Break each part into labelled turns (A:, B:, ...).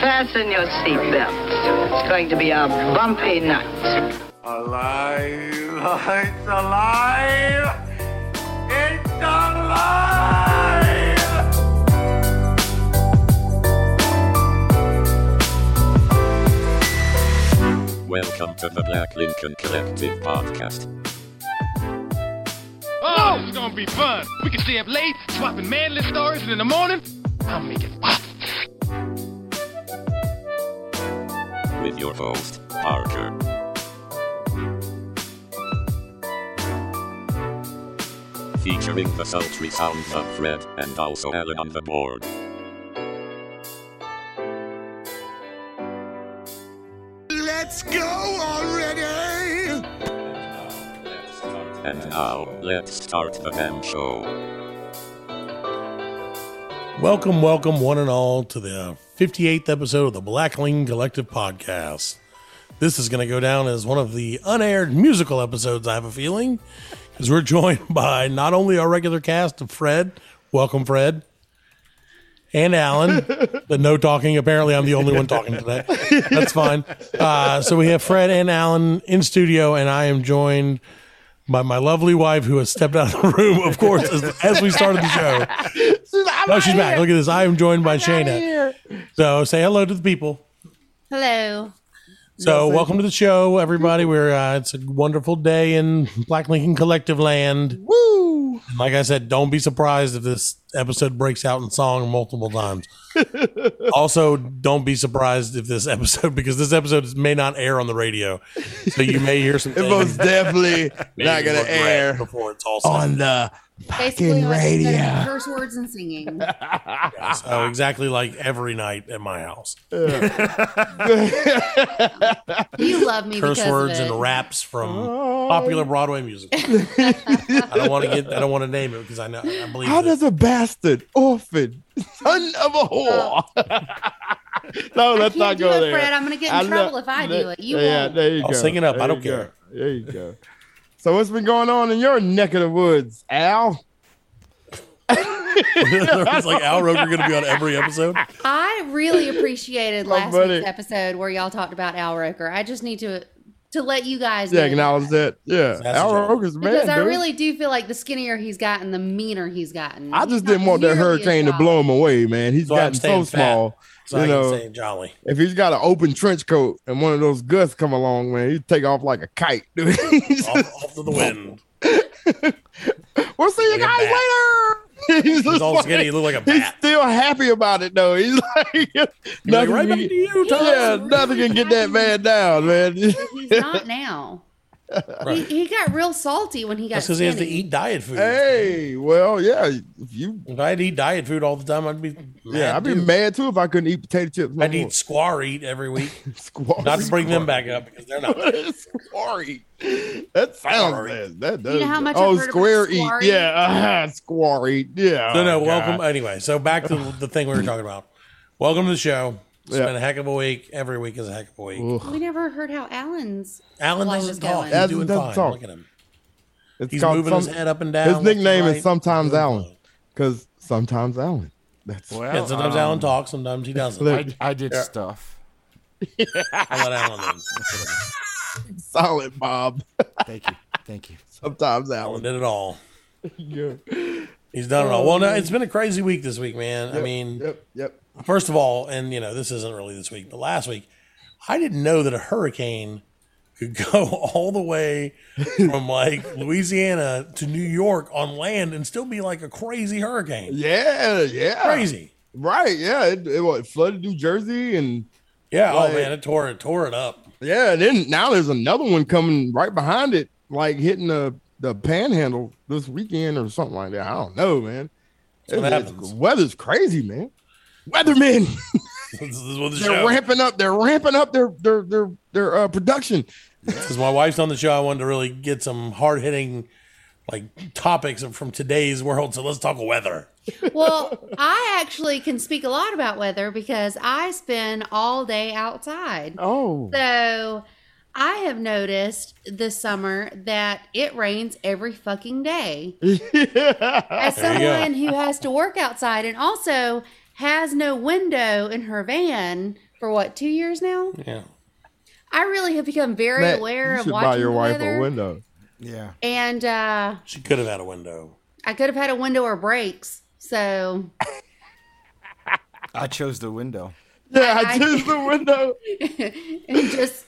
A: Fasten your seatbelts. It's going to be a bumpy night.
B: Alive! It's alive! It's alive!
C: Welcome to the Black Lincoln Collective podcast.
D: Oh, it's gonna be fun. We can stay up late, swapping manly stories, and in the morning, I'll make it pop.
C: With your host, Parker. Featuring the sultry sounds of Fred and also Alan on the board.
B: Let's go already!
C: And now, let's start the damn show.
E: Welcome, welcome, one and all, to the 58th episode of the Black Ling Collective Podcast. This is going to go down as one of the unaired musical episodes, I have a feeling, because we're joined by not only our regular cast of Fred, welcome, Fred, and Alan, but no talking. Apparently, I'm the only one talking today. That's fine. Uh, so we have Fred and Alan in studio, and I am joined by my lovely wife who has stepped out of the room, of course, as, as we started the show. No, she's back. Look at this. I am joined by Shayna. So say hello to the people.
F: Hello.
E: So welcome to the show, everybody. We're uh, it's a wonderful day in Black Lincoln Collective land. Woo! Like I said, don't be surprised if this episode breaks out in song multiple times. also, don't be surprised if this episode because this episode may not air on the radio, so you may hear some.
G: It most definitely not
E: Maybe
G: gonna
E: look red
G: air
E: before it's all said.
G: on the
F: Basically,
G: fucking
F: like, instead of
G: radio.
F: curse words and singing.
E: So exactly like every night at my house,
F: You love me
E: curse
F: because
E: words
F: of it.
E: and raps from
G: Oh.
E: popular Broadway music. I don't want to get. I don't want to name it because I know. I believe.
G: How
E: that-
G: does a bastard, orphan, son of a whore? no, let's
F: can't
G: not
F: do
G: go
F: it,
G: there.
F: Fred. I'm gonna get in
G: I
F: trouble if I do it. You
G: yeah,
F: won't.
G: there you
E: I'll
G: go.
E: sing it up. I
G: There
E: don't
G: you go.
E: care.
G: There you go. So what's been going on in your neck of the woods, Al?
E: it's like Al Roker going to be on every episode.
F: I really appreciated
G: My
F: last
G: buddy.
F: week's episode where y'all talked about Al Roker. I just need to to let you guys
G: Yeah,
F: know
G: acknowledge that. Yeah,
E: That's
G: Al
E: right.
G: Roker's man.
F: because I
G: dude.
F: really do feel like the skinnier he's gotten, the meaner he's gotten.
G: I
F: He's
G: just
F: not
G: didn't want that
F: nearly as
G: hurricane to
F: wild.
G: blow him away, man. He's
E: So I'm
G: gotten so
E: staying fat.
G: small.
E: So
G: you
E: I
G: know,
E: can say jolly.
G: If he's got an open trench coat and one of those gusts come along, man, he'd take off like a kite, dude. He's
E: Off,
G: just,
E: off to the wind.
G: we'll see you
E: Like a
G: guys later. He's,
E: He's
G: just
E: all
G: like-
E: skinny. He looked like a
G: he's
E: bat.
G: still happy about it, though. He's like,
E: He's like,
G: nothing,
E: right back
G: can
E: to
G: get-
E: you, Tom.
G: yeah, nothing can get that man down, man.
F: He's not now. he,
E: Right.
F: he got real salty when he got
E: That's because he has to
F: skinny.
E: eat diet food.
G: hey, well, yeah, if you,
E: If I had to eat diet food all the time, I'd be
G: yeah, I'd be
E: dude.
G: mad too if I couldn't eat potato chips. No
E: I'd eat square eat every week.
G: squash.
E: Not to bring them back up because they're not.
G: Squarry. That sounds bad. That does.
F: You know how much I've
G: oh,
F: heard about
G: square eat.
F: squarry?
G: Yeah, uh-huh, square eat. Yeah.
E: No, no.
G: Oh, God.
E: welcome. Anyway, so back to the thing we were talking about. Welcome to the show. It's
G: Yeah.
E: been a heck of a week. Every week is a heck of a week.
G: Ugh.
F: We never heard how Alan's
E: Alan
F: Life
E: doesn't
F: is
E: talk.
F: going.
E: He's
G: Doesn't-
E: doing
G: doesn't
E: fine.
G: talk.
E: Look at him.
G: It's
E: He's
G: called
E: moving
G: some-
E: his head up and down. left
G: His
E: and
G: nickname
E: right.
G: is sometimes
E: Doing
G: Alan
E: fine.
G: because sometimes Alan. That's
H: Well,
E: Yeah, sometimes
H: um,
E: Alan talks, sometimes he doesn't.
G: Look.
H: I, I did stuff.
E: I'll let Alan in.
G: solid, Bob.
H: Thank you. Thank you.
G: Sometimes
E: Alan
G: Alan.
E: did it all.
G: Yeah. Um,
E: He's done it all. Well, no, it's been a crazy week this week, man. I mean,
G: Yep. Yep.
E: first of all, and you know, this isn't really this week, but last week, I didn't know that a hurricane could go all the way from like Louisiana to New York on land and still be like a crazy hurricane.
G: Yeah. Yeah.
E: Crazy.
G: Right. Yeah. It, it, what, flooded New Jersey and
E: Yeah.
G: Like-
E: oh man, it tore it tore it up.
G: yeah. And then now there's another one coming right behind it, like hitting the the panhandle this weekend or something like that. I don't know, man.
E: what
G: It's- it's-
E: happens.
G: weather's crazy, man. Weathermen.
E: this is what the
G: They're
E: show.
G: ramping up. They're ramping up their their their their uh, production.
E: Because my wife's on the show, I wanted to really get some hard hitting like topics from today's world. So let's talk weather.
F: Well, I actually can speak a lot about weather because I spend all day outside.
G: Oh,
F: So I have noticed this summer that it rains every fucking day. As
E: There you go.
F: someone who has to work outside and also has no window in her van for what two years now.
E: Yeah.
F: I really have become very
G: Matt,
F: aware
G: you
F: of
G: should
F: watching
G: buy your
F: the
G: wife
F: weather,
G: a window.
H: Yeah.
F: and uh,
E: She could have had a window.
F: I could have had a window or brakes. So
H: I chose the window.
G: Yeah,
F: I-
G: I choose the window.
F: and just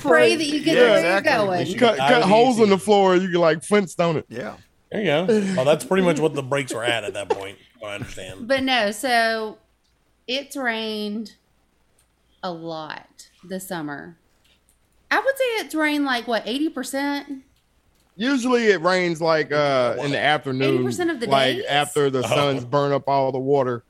F: pray that you get
H: Yeah,
F: where
H: exactly.
F: you're
E: You
F: going.
G: Cut,
E: die
G: cut
E: with
G: holes
E: easy.
G: in the floor. You can like Flintstone it.
H: Yeah.
E: There you go. Well, that's pretty much what the brakes were at at that point. I understand.
F: But no, so it's rained a lot this summer. I would say it's rained like what eighty percent.
G: Usually it rains like uh in the afternoon.
F: 80% of the
G: like
F: days?
G: after the sun's burn up all the water.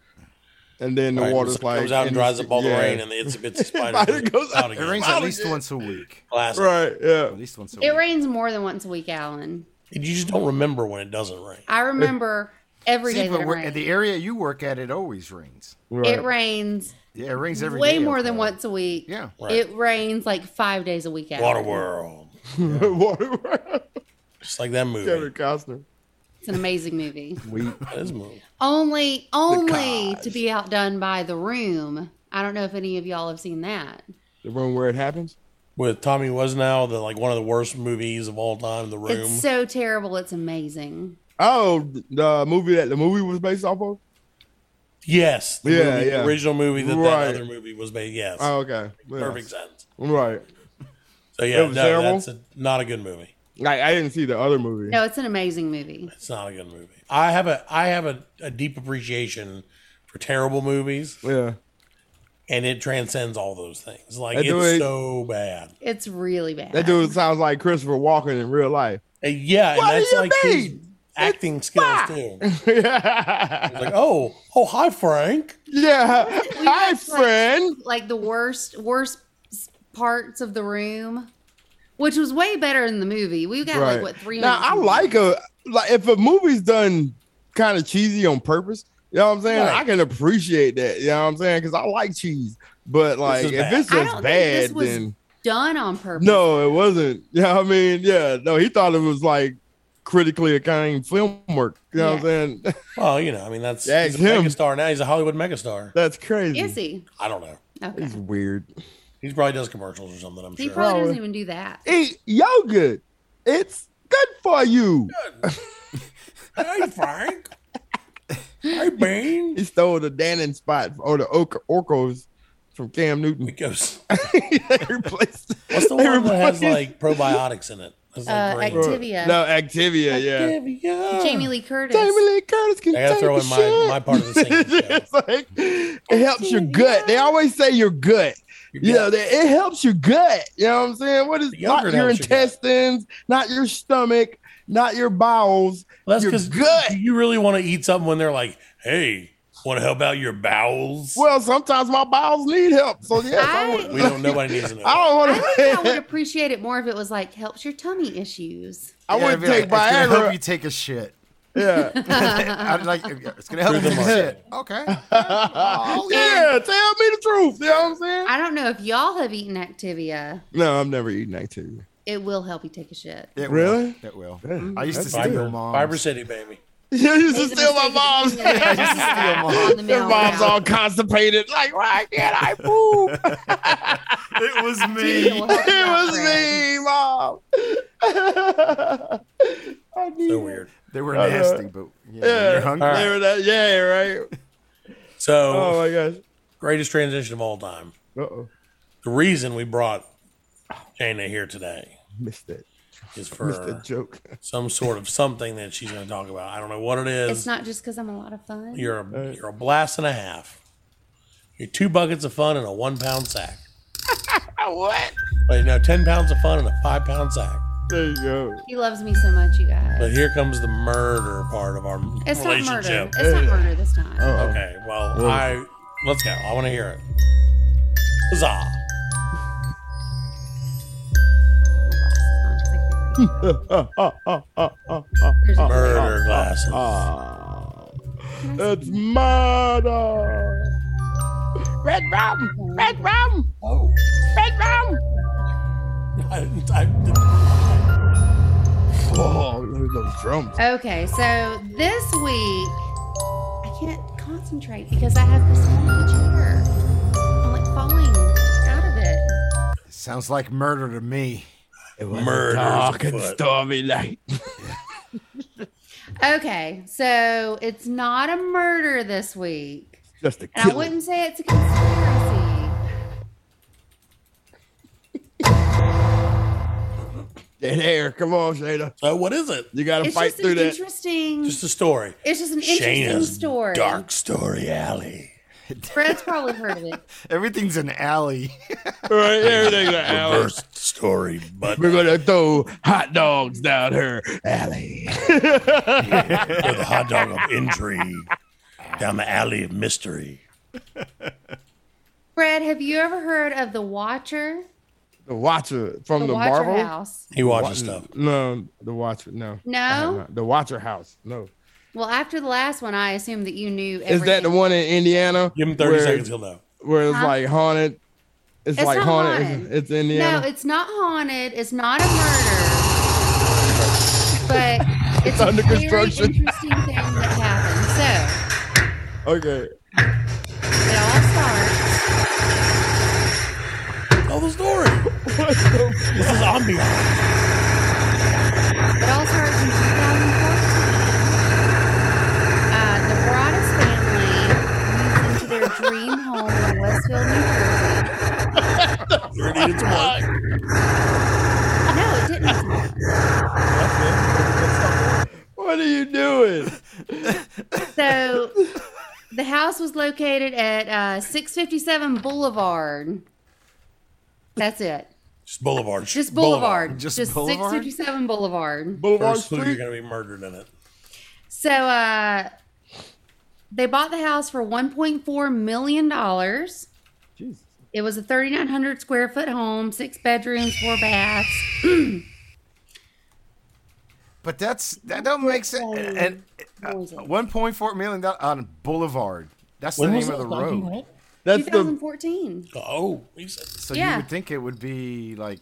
G: And then the
E: Oh. Right,
G: water's
E: so it
G: like
E: comes out and
G: in
E: dries up all the
G: yeah.
E: rain, and it's a bit spider.
G: Spider goes out.
E: out
H: It
E: again.
H: rains at least once a week.
E: Classic.
G: Right, yeah.
H: At least once a
F: It
H: week.
F: rains more than once a week, Alan.
E: You just don't remember when it doesn't rain.
F: I remember every day
H: See,
F: that
H: but
F: it
H: where,
F: rains.
H: the area you work at, it always rains.
G: Right.
F: It rains
H: Yeah, it rains every
F: way
H: day
F: more
H: out
F: than
H: there.
F: once a week.
H: Yeah.
E: Right.
F: It rains like five days a week. Alan.
E: Waterworld,
G: Water-
E: just like that movie.
G: Kevin Costner.
F: It's an amazing movie.
E: That is a movie.
F: only, only to be outdone by The Room. I don't know if any of y'all have seen that.
G: The room where it happens.
E: With Tommy Wiseau, the like one of the worst movies of all time. The Room.
F: It's so terrible. It's amazing.
G: Oh, the movie that the movie was based off of.
E: yes. The
G: Yeah,
E: movie- the
G: yeah.
E: original movie that
G: Right.
E: that other movie was made. Yes.
G: Oh, okay. Yeah.
E: Perfect sense.
G: Right.
E: So yeah,
G: It was
E: no,
G: terrible?
E: that's a, not a good movie.
G: Like I didn't see the other movie.
F: No, it's an amazing movie.
E: It's not a good movie. I have a I have a, a deep appreciation for terrible movies,
G: Yeah.
E: and it transcends all those things. Like
G: That
E: it's
G: dude-
E: so bad.
F: It's really bad.
G: That dude sounds like Christopher Walken in real life.
E: And yeah,
G: What do
E: and that's
G: you
E: like his
G: mean?
E: acting skills too.
G: yeah.
E: Like oh oh hi Frank.
G: Hi, friend.
F: like the worst, worst s- parts of the room, which was way better in the movie. We got like what three
G: Now
F: hundred.
G: I like a like if a movie's done kind of cheesy on purpose, you know what I'm saying?
E: Right.
G: I can appreciate that. You know what I'm saying? Because I like cheese. But like
E: is
G: if
E: bad.
G: it's
F: I
G: just
F: don't think
G: bad,
F: this was
G: then
F: done on purpose.
G: no, it wasn't. You know what I mean? Yeah. No, he thought it was like critically acclaimed film work. You know what I'm saying?
E: Well, you know, I mean that's
G: Yeah,
E: he's a
G: it's him.
E: megastar now. He's a Hollywood megastar.
G: That's crazy.
F: is he?
E: I don't know.
F: Okay,
G: It's weird.
E: He probably does commercials or something. I'm
F: he
E: sure.
F: probably doesn't
G: Well,
F: even do that.
G: Eat yogurt. It's good for you.
E: Hi Frank. hi Bean.
G: He stole the Dannon spot or the Orc- Orcos from Cam Newton.
E: It goes.
G: they replaced
E: What's the
G: they
E: one that has
G: replaced-
E: like probiotics in it? That's
F: Uh,
E: like green.
F: Activia.
G: No, Activia, yeah.
E: Activia.
F: Jamie Lee Curtis.
G: Jamie Lee Curtis can
E: I gotta
G: take
E: throw
G: a
E: in my-
G: shit.
E: my part of the singing show.
G: It's like, it helps your gut. They always say your gut. You know, that it helps your gut. You know what I'm saying? What is
E: The
G: not
E: yogurt
G: your
E: helps your gut.
G: intestines, not your stomach, not your bowels.
E: Well, that's
G: your
E: because
G: gut.
E: you really want to eat something when they're like, "Hey, want to help out your bowels?"
G: Well, sometimes my bowels need help. So yes, I,
F: I-
G: want-
E: we don't. Nobody needs to know.
G: I don't
F: I
G: want
F: think I would
G: to.
F: appreciate it more if it was like helps your tummy issues.
G: I
H: Yeah,
G: wouldn't
H: it'd be
G: take
H: like, It's gonna help
G: Viagra.
H: you take a shit.
G: Yeah.
H: I'd like it's gonna help
E: Through
H: you
E: the
H: take a shit. Okay. Oh,
G: yeah, tell me the truth. You know what I'm saying?
F: I don't know if y'all have eaten Activia.
G: No, I've never eaten Activia.
F: It will help you take a shit.
H: It
G: Really?
H: Will. It will. I used
G: That's
H: to steal
E: Fiber,
H: mom's.
E: Fiber City, baby.
G: Yeah, you used to
F: Made the
G: steal my
F: mistake of
G: mom's.
F: eating it on the
G: Your
F: mail
G: mom's
F: route.
G: all constipated. Like, why can't I poop? it
H: It was
F: It will
H: me.
F: help you out,
G: was
F: Fred.
G: me, mom. I knew
E: So
G: it.
E: weird.
H: They were
G: Uh,
H: nasty, but yeah, when
G: Yeah.
H: you're hungry.
E: All right.
G: They were that- yeah, right.
E: So
G: Oh my gosh.
E: greatest transition of all time.
G: Uh oh.
E: The reason we brought Jana here today
G: Missed it.
E: is
G: Missed that
E: for
G: joke.
E: some sort of something that she's going to talk about. I don't know what it is.
F: It's not just because I'm a lot of fun.
E: You're a, you're a blast and a half. You're two buckets of fun and a one pound sack.
G: what?
E: But no, ten pounds of fun and a five pound sack.
G: There you go.
F: he loves me so much, you guys.
E: But here comes the murder part of our
F: It's not
E: relationship.
F: murder. It's not murder this time.
E: Okay, well, I let's go. I want to hear it. Huzzah!
G: Oh.
F: There's a-
E: Murder glasses.
G: oh. It's murder. uh. Red rum. Red rum.
E: Oh,
G: Red rum.
E: I, I,
G: Oh, look at those drums.
F: Okay, so this week I can't concentrate because I have this falling chair. I'm like falling out of it.
H: Sounds like murder to me.
G: Ah,
E: Murder.
G: Dark and stormy night.
F: Okay, so it's not a murder this week.
G: Just a
F: And I
G: killer.
F: wouldn't say it's a conspiracy.
G: Dead air. Come on, Shada.
E: So Uh, what is it?
G: You got to
F: It's
G: fight
F: just
G: through
F: an
G: that.
F: interesting.
E: Just a story.
F: it's just an interesting
E: Shayna's
F: story.
E: dark story alley.
F: Fred's probably heard of it.
H: Everything's an alley.
G: Right, everything's an alley.
E: Reverse story, but
G: We're
E: with
G: gonna throw hot dogs down her alley.
E: a hot dog of intrigue down the alley of mystery.
F: Fred, have you ever heard of the Watcher?
G: The Watcher from
F: The,
G: the,
F: Watcher
G: Marvel.
F: House.
E: He watches stuff.
G: No, the Watcher. No.
F: No?
G: I have not. The Watcher House. No.
F: Well, after the last one, I assume that you knew. Everything.
G: Is that the one in Indiana?
E: Give him 30
G: where,
E: seconds, he'll know.
G: Where it's
F: Huh?
G: like haunted. It's,
F: It's
G: like
F: not
G: haunted.
F: haunted.
G: It's, it's
F: No,
G: Indiana.
F: it's not haunted. It's not a murder. But it's,
G: under
F: a very
G: construction.
F: interesting thing that happened. So.
G: okay.
F: It all starts.
E: Tell the story. this is ambiance.
F: It all starts in 2014. Uh, the Broadus family moves into their dream home in Westfield, New Jersey.
E: 30 to 1.
F: No, it didn't. happen.
G: What are you doing?
F: So the house was located at uh, 657 Boulevard. That's it.
E: Just Boulevard.
F: Just Boulevard.
H: Just
F: Just,
H: Boulevard?
F: 657 Boulevard.
G: Boulevard
E: First clue, you're
G: Street.
E: going to be murdered in it.
F: So uh, they bought the house for 1.4 million dollars.
G: Jesus.
F: It was a 3,900 square foot home, six bedrooms, four baths.
H: But that's that don't make sense. And uh, one point four million dollars on Boulevard. That's the name of the road.
G: That's the
F: 2014.
E: Oh, he said
H: So
F: Yeah.
H: you would think it would be like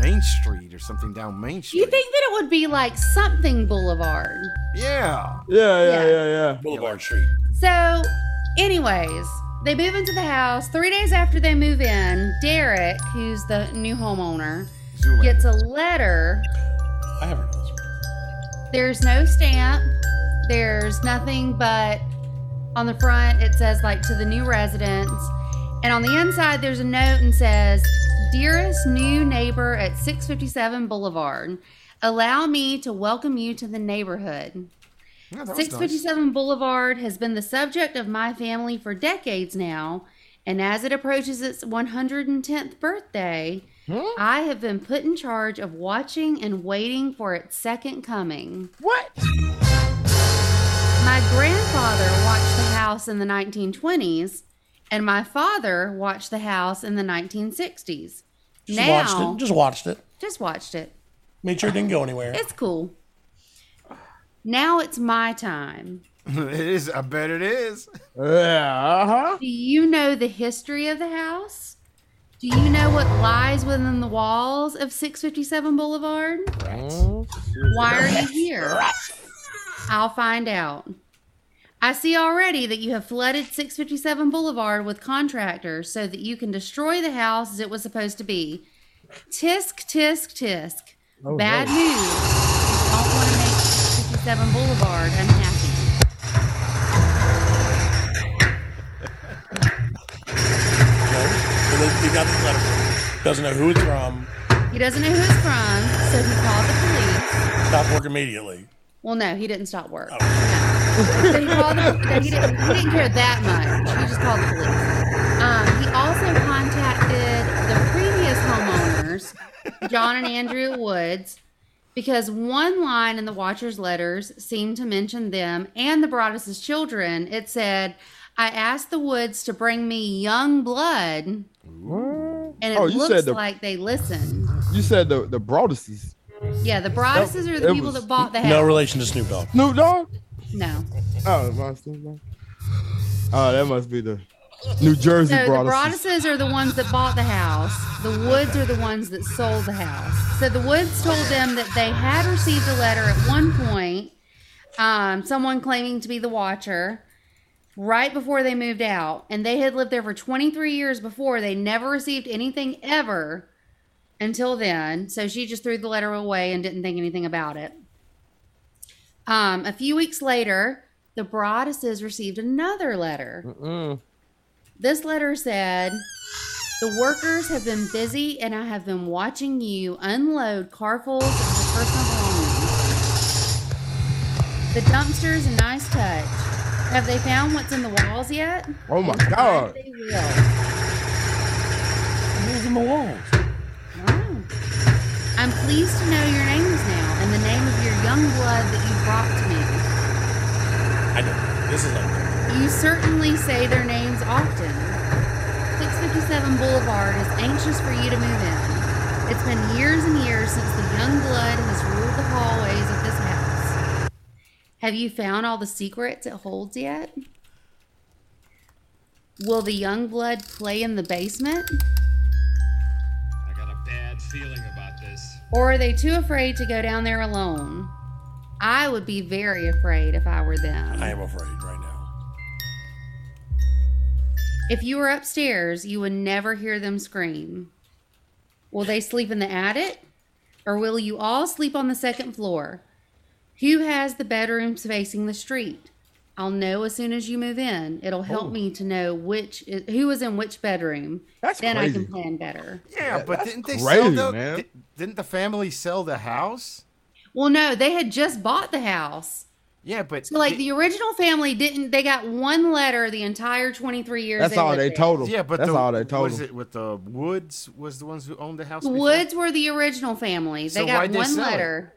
H: Main Street or something down Main Street.
F: You think that it would be like something Boulevard?
H: Yeah.
G: yeah, yeah,
F: Yeah.
G: yeah, yeah.
E: Boulevard Street.
F: So, anyways, they move into the house. Three days after they move in, Derek, who's the new homeowner,
H: Zoolander.
F: gets a letter
E: I haven't heard this.
F: There's no stamp. There's nothing but on the front it says like to the new residents. And on the inside there's a note and says, "Dearest new neighbor at 657 Boulevard, allow me to welcome you to the neighborhood."
H: Yeah, that was nice.
F: 657 Boulevard has been the subject of my family for decades now, and as it approaches its 110th birthday, I have been put in charge of watching and waiting for its second coming. What? My grandfather watched the house in the 1920s, and my father watched the house in the 1960s.
E: Just
F: now,
E: watched it. Just watched it.
F: just watched it.
E: Made sure it didn't go anywhere.
F: It's cool. Now it's my time.
H: it is. I bet it is.
G: Yeah, uh-huh.
F: Do you know the history of the house? Do you know what lies within the walls of 657 Boulevard? Why are you here? I'll find out. I see already that you have flooded 657 Boulevard with contractors so that you can destroy the house as it was supposed to be. Tisk, tisk, tisk. Bad news. You don't want to make 657 Boulevard unhappy.
E: So they, they got this letter from him. Doesn't know who it's from.
F: He doesn't know who it's from, so he called the police.
E: Stop work immediately.
F: Well, no, he didn't stop work.
G: Oh.
F: No. So he, called the, no, he, didn't, he didn't care that much. He just called the police. Um, he also contacted the previous homeowners, John and Andrea Woods, because one line in the Watcher's letters seemed to mention them and the Broadus's children. It said, I asked the Woods to bring me young blood, and it
G: Oh, you
F: looks
G: said the-
F: like they listened.
G: You said the the broadest
F: Yeah, the Broaduses are
G: it
F: the people
G: was-
F: that bought the house.
E: No relation to Snoop Dogg.
G: Snoop Dogg.
F: No.
G: Oh, it must be that. oh, that must be the New Jersey
F: So the
G: broadest.
F: Broaduses are the ones that bought the house. The Woods are the ones that sold the house. So the Woods told them that they had received a letter at one point, um, someone claiming to be the Watcher, right before they moved out, and they had lived there for 23 years before. They never received anything ever until then. So she just threw the letter away and didn't think anything about it. Um, a few weeks later, the Broaduses received another letter. This letter said, The workers have been busy and I have been watching you unload carfuls of your personal belongings. The dumpster's a nice touch. Have they found what's in the walls yet?
G: Oh my God.
F: They will.
E: It was in the walls.
F: Wow. I'm pleased to know your names now and the name of your young blood that you brought to me.
E: I know. This is like
F: You certainly say their names often. 657 Boulevard is anxious for you to move in. It's been years and years since the young blood has ruled the hallways of this house. Have you found all the secrets it holds yet? Will the young blood play in the basement?
I: I got a bad feeling about this.
F: Or are they too afraid to go down there alone? I would be very afraid if I were them.
E: I am afraid right now.
F: If you were upstairs, you would never hear them scream. Will they sleep in the attic? Or will you all sleep on the second floor? Who has the bedrooms facing the street? I'll know as soon as you move in. It'll
G: Oh.
F: help me to know which is, who is in which bedroom.
G: That's
F: then I can
G: crazy.
F: plan better.
H: Yeah, but didn't they sell
G: crazy,
H: the?
G: man.
H: di- Didn't the family sell the house?
F: Well, no, they had just bought the house.
H: Yeah, but
F: So, like
H: di-
F: the original family didn't. They got one letter the entire twenty three years.
G: That's all
F: lived
G: they
F: there.
G: told them.
H: yeah, but
G: that's
H: the,
G: all they told
H: was
G: them.
H: it with the Woods was the ones who owned the house?
F: The
H: before?
F: Woods were the original family. They
H: So
F: got
H: why'd they
F: one
H: sell it?
F: letter.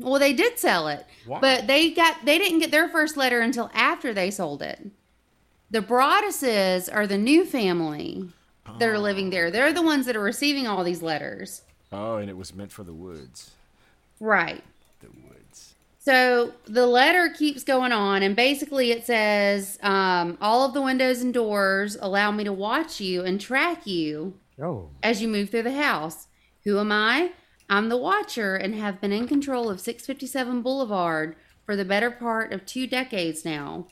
F: Well, they did sell it,
H: Why?
F: but they got they didn't get their first letter until after they sold it. The Broaduses are the new family that are living there. They're the ones that are receiving all these letters,
H: Oh, and it was meant for the Woods.
F: right?
H: The Woods.
F: So the letter keeps going on, and basically it says, um, "All of the windows and doors allow me to watch you and track you
G: Oh.
F: as you move through the house. Who am I? I'm the watcher and have been in control of 657 Boulevard for the better part of two decades now.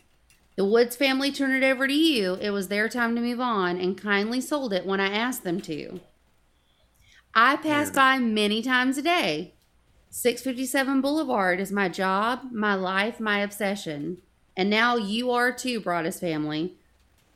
F: The Woods family turned it over to you. It was their time to move on and kindly sold it when I asked them to. I pass by many times a day. 657 Boulevard is my job, my life, my obsession. And now you are too, Broadus family.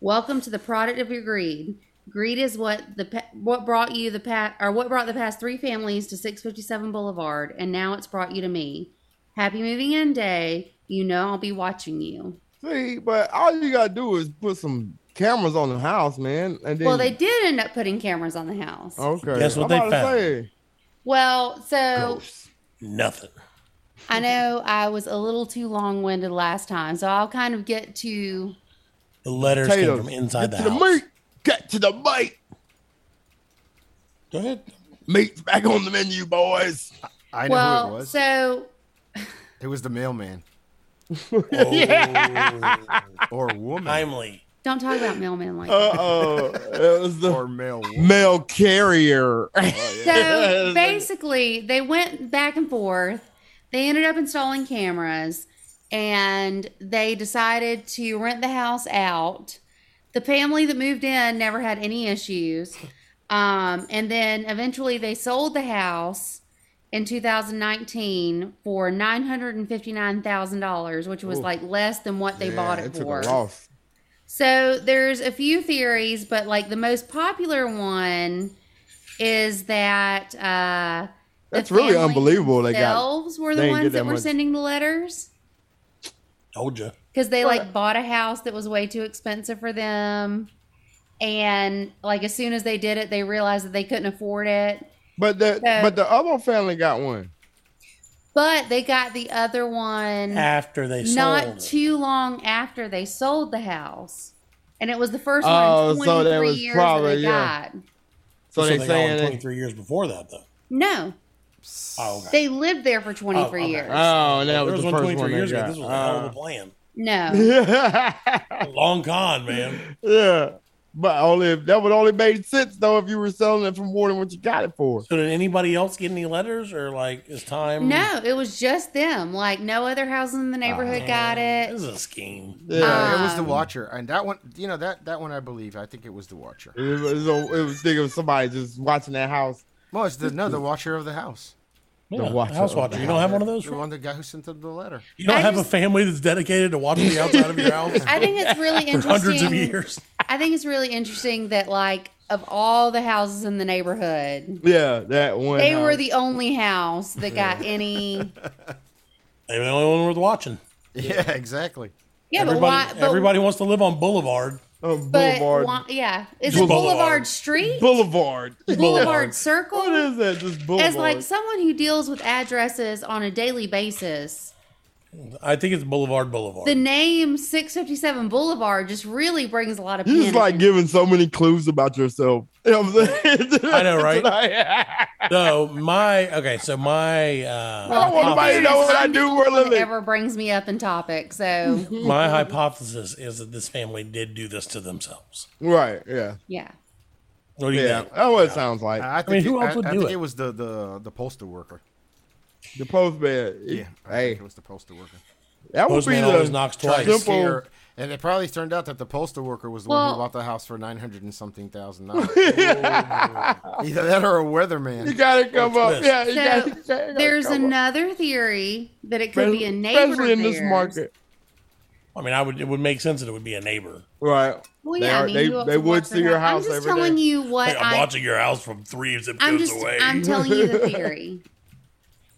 F: Welcome to the product of your greed. Greed is what the pa- what brought you the pat or what brought the past three families to 657 Boulevard, and now it's brought you to me. Happy moving in day. You know I'll be watching you.
G: See, but all you gotta do is put some cameras on the house, man. And then,
F: Well, they did end up putting cameras on the house.
H: Oh.
G: okay.
E: Guess what
G: I'm
E: they
G: about to
E: found?
G: say,
F: Well, so
E: Nothing.
F: I know I was a little too long-winded last time, so I'll kind of get to
E: The letters came
G: potatoes,
E: from inside
G: get
E: the
G: to
E: house.
G: the meat. Get to the meat.
E: Go ahead.
G: Meat's back on the menu, boys.
H: I know who it
F: well,
H: was.
F: so
H: it was the mailman
E: Oh,
H: or a woman
E: Timely.
F: don't talk about mailman like
G: Uh oh. it was the
H: or male. wo-
G: mail carrier.
F: So basically, they went back and forth. They ended up installing cameras and they decided to rent the house out. The family that moved in never had any issues. Um, and then eventually they sold the house in 2019 for $959,000, which was like less than what they
G: Yeah,
F: bought it,
G: it took
F: for.
G: a loss.
F: So there's a few theories, but like the most popular one is that uh, the
G: That's really
F: family
G: unbelievable they got-
F: Themselves were the
G: they didn't
F: ones
G: get
F: that
G: that
F: were
G: much.
F: sending the letters
E: Told you.
F: because they like bought a house that was way too expensive for them, and like as soon as they did it, they realized that they couldn't afford it.
G: But the
F: So-
G: but the other family got one.
F: But they got the other one
E: After they sold
F: Mm. not
E: it.
F: too long after they sold the house, and it was the first
G: Oh,
F: one in
G: so that
F: 23
G: was
F: years that
G: probably-
F: they
G: yeah.
F: got.
G: So, they,
E: got one
G: saying,
E: 23 years before that, though.
F: No,
E: Oh, okay.
F: They lived there for 23
E: Oh, okay.
F: years.
G: oh, and that
E: There
G: was
E: was
G: the
E: one
G: first
E: 23
G: one
E: years
G: they
E: ago.
G: got.
E: This was
G: Mm-hmm.
E: a hell of a plan.
F: no.
G: Uh,
E: Long con, man.
G: yeah. But only if that would only make sense though if you were selling it for more than what you got it for.
E: So did anybody else get any letters or like is time?
F: No, it was just them. Like no other houses in the neighborhood got
E: Oh, Man,
F: it.
E: This is a scheme.
G: Yeah.
H: it
F: Um,
H: was the Watcher, and that one, you know, that that one I believe. I think it was the Watcher.
G: It was, a, it was think of somebody just watching that house.
H: Well, it's the no, the Watcher of the house,
E: Yeah,
G: watcher
E: house
G: of
E: watcher.
G: the
E: You don't have one of those.
H: the one the guy who sent them the letter.
E: You don't
F: I
E: have a
F: just-
E: family that's dedicated to watching the outside of your house
F: I think it's really
E: for
F: interesting.
E: hundreds of years.
F: I think it's really interesting that like of all the houses in the neighborhood,
G: Yeah, that one.
F: they
G: house.
F: were the only house that got any.
E: They're the only one worth watching.
H: Yeah, exactly.
F: Yeah, but
E: everybody,
F: why? But,
E: everybody wants to live on Boulevard.
G: Oh,
F: but
G: Boulevard.
F: why- yeah, it's
E: Boulevard.
F: a Boulevard Street,
G: Boulevard.
F: Boulevard,
E: Boulevard.
F: Circle.
G: What is that? Just Boulevard.
F: As like someone who deals with addresses on a daily basis,
E: I think it's Boulevard Boulevard.
F: the name 657 Boulevard just really brings a lot of.
G: you
F: panic.
G: just like giving so many clues about yourself. You know what I'm saying?
E: I know, right?
G: I
E: so my okay, so my uh,
G: don't want nobody to know what I do for a
F: It
G: living.
F: ever brings me up in topic, so
E: my hypothesis is that this family did do this to themselves.
G: Right? Yeah.
F: yeah.
E: What do you
G: Yeah.
E: think?
G: That's what it sounds like.
H: I, I
E: mean,
H: think
E: who
H: it,
E: else would
H: I, I
E: do
H: think
E: it?
H: it was the the the postal worker.
G: The postman.
H: Yeah, I
G: Hey,
H: think it was the postal worker.
G: that would be
E: Postman always
G: the
E: knocks
H: Tried
E: twice.
H: to
G: Simple.
H: scare, and it probably turned out that the postal worker was the one
F: Well-
H: who bought the house for nine hundred and something thousand dollars.
E: Oh,
H: Either that or a
G: you
H: weatherman.
G: gotta come up.
E: twist.
G: Yeah, you gotta,
F: So
G: you gotta
F: there's
G: come up.
F: another theory that it could be a neighbor.
G: especially in this
F: theirs.
G: market.
E: I mean, I would it would make sense that it would be a neighbor.
G: Right.
F: Well,
G: They
F: yeah,
G: are-
F: I mean,
G: they-
F: who else
G: they would
F: walks
G: see
F: in
G: your
F: their
G: house
F: I'm just
G: every
F: telling
G: day.
F: you what
E: Hey, I'm
F: I,
E: watching your house from three zip
F: I'm
E: codes
F: just
E: away.
F: I'm telling you the theory.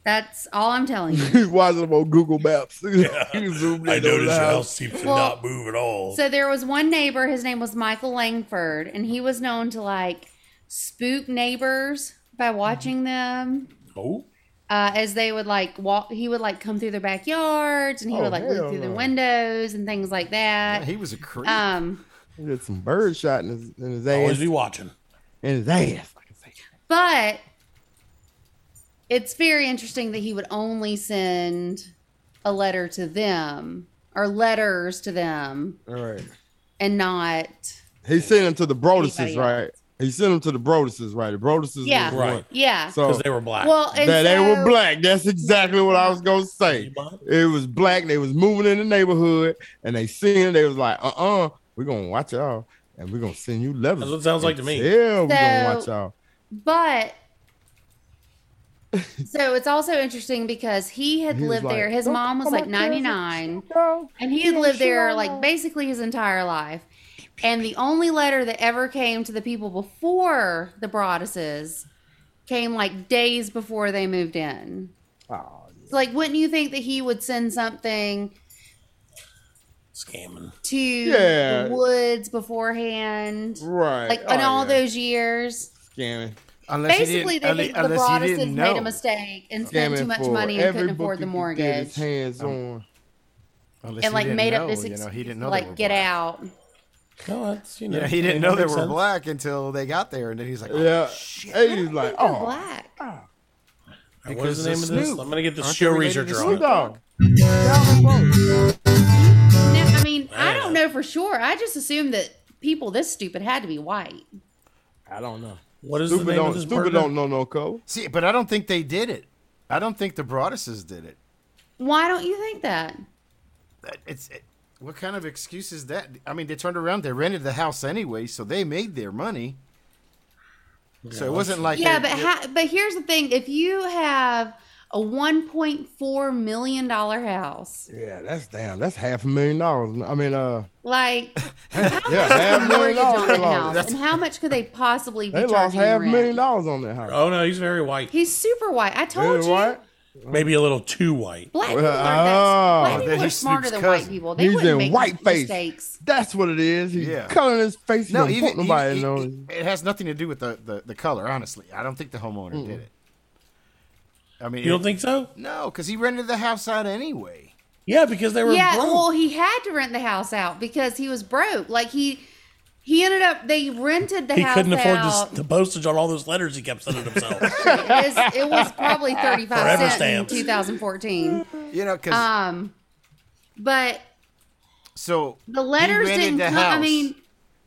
F: That's all I'm telling you.
G: He's watching them on Google Maps. He zoomed
E: I noticed
G: in on the
E: your
G: house.
E: house seems to
F: Well,
E: not move at all.
F: So there was one neighbor, his name was Michael Langford, and he was known to like spook neighbors
G: Mm-hmm.
F: by watching them.
E: oh,
F: Uh, as they would like walk, he would like come through their backyards and he
G: Oh,
F: would like look
G: hell
F: through the
G: no.
F: windows and things like that.
H: He was a creep.
F: Um,
G: He did some bird shot in his, in his ass.
E: always be watching.
G: in his ass. I can say.
F: But it's very interesting that he would only send a letter to them or letters to them
G: All right.
F: and not
G: He sent him to the Broduses,
F: Anybody
G: right? He sent him to the Broduses, right? The Broduses,
F: Yeah.
G: was
E: Right.
F: yeah.
G: So
E: Because they were black.
F: well, and
G: that they
F: so,
G: were black. That's exactly what I was gonna say. It was black. They was moving in the neighborhood, and they seen. They was like, "Uh, uh-uh, uh, we are gonna watch y'all, and we are gonna send you letters."
E: That's what it sounds like to me.
G: Yeah, we gonna
F: So-
G: watch y'all.
F: But so it's also interesting because he had
G: He was
F: lived
G: like,
F: there. His
G: "Don't
F: mom was
G: come
F: like
G: up here,
F: 99 and he had lived there like basically his entire life. And the only letter that ever came to the people before the Broaduses came like days before they moved in.
G: Oh,
F: So, like, wouldn't you think that he would send something
E: Scamming.
F: to
G: Yeah.
F: the woods beforehand?
G: right.
F: Like,
G: oh,
F: in all
G: yeah.
F: those years?
G: scamming.
H: unless he
F: Basically,
H: didn't,
F: they think the
H: unless he
F: Broaduses made
H: didn't know.
F: a mistake and spent
G: scamming
F: too much
G: for
F: money and
G: every
F: couldn't
G: book
F: afford the
G: he could get
F: mortgage.
G: his hands on.
F: And
H: Unless he
F: like
H: didn't
F: made
H: know,
F: up this
H: you know, he didn't know they were
F: like get
H: black.
F: out.
E: No, that's you know.
H: Yeah, he didn't
E: it
H: know they
E: makes
H: were
E: sense.
H: black until they got there, and then he's like, oh,
G: Yeah.
H: shit.
G: Hey, he's
F: They're
G: like, oh,
F: black.
E: All right, What is the name
H: Because
E: of
H: of
E: this?
H: Snoop.
E: I'm gonna get the
H: Aren't
E: show
H: they related
E: researcher
H: to
E: on
G: Snoop
E: it.
G: Dogg.
H: "Oh,
F: Now, I mean, I
E: Man.
F: don't know for sure. I just assumed that people this stupid had to be white.
G: I don't know.
E: What is the
G: Stupid
E: name of
G: don't,
E: this
G: stupid
E: bird?
G: don't know no code.
H: See, but I don't think they did it. I don't think the Broaduses did it.
F: Why don't you think that?
H: That- It's it, what kind of excuse is that? I mean, they turned around, they rented the house anyway, so they made their money. So it wasn't like
F: Yeah,
H: they-
F: but
H: they-
F: ha- but here's the thing: if you have a 1.4 million dollar house,
G: Yeah, that's damn. That's half a million dollars. I mean, uh,
F: like
G: yeah, half a million
F: mortgage on
G: dollars.
F: that
G: lost.
F: house, and how much could they possibly be
G: They lost
F: charging in
G: half a
F: rent?
G: million dollars on that house.
E: Oh no, he's very white.
F: He's super white. I told
G: Yeah,
F: you,
G: right?
E: Maybe a little too white.
F: black people,
G: Well,
F: are that-
G: oh.
F: black people
H: Then
F: are
H: he's
F: smarter
H: Snoop's
F: than white
H: cousin.
F: people. They
G: He's
F: wouldn't
G: in
F: make
G: white face.
F: mistakes.
G: That's what it is. He's
H: Yeah.
G: coloring his face. He
H: no,
G: don't
H: even
G: want nobody to know.
H: even- it, it has nothing to do with the, the, the color. Honestly, I don't think the homeowner did it. I mean,
E: You don't think so?
H: no, because he rented the house out anyway.
E: Yeah, because they were
F: yeah,
E: broke.
F: well, he had to rent the house out because he was broke. Like he, he ended up they rented the
E: he
F: house
E: couldn't afford
F: out.
E: this, the postage on all those letters he kept sending himself.
F: it, was, it was probably thirty five
E: Forever
F: cents
E: stamps.
F: in 2014.
H: You know, because
F: Um, but
H: so
F: the
H: he
F: letters
H: rented
F: didn't
H: the
F: come.
H: House.
F: I mean,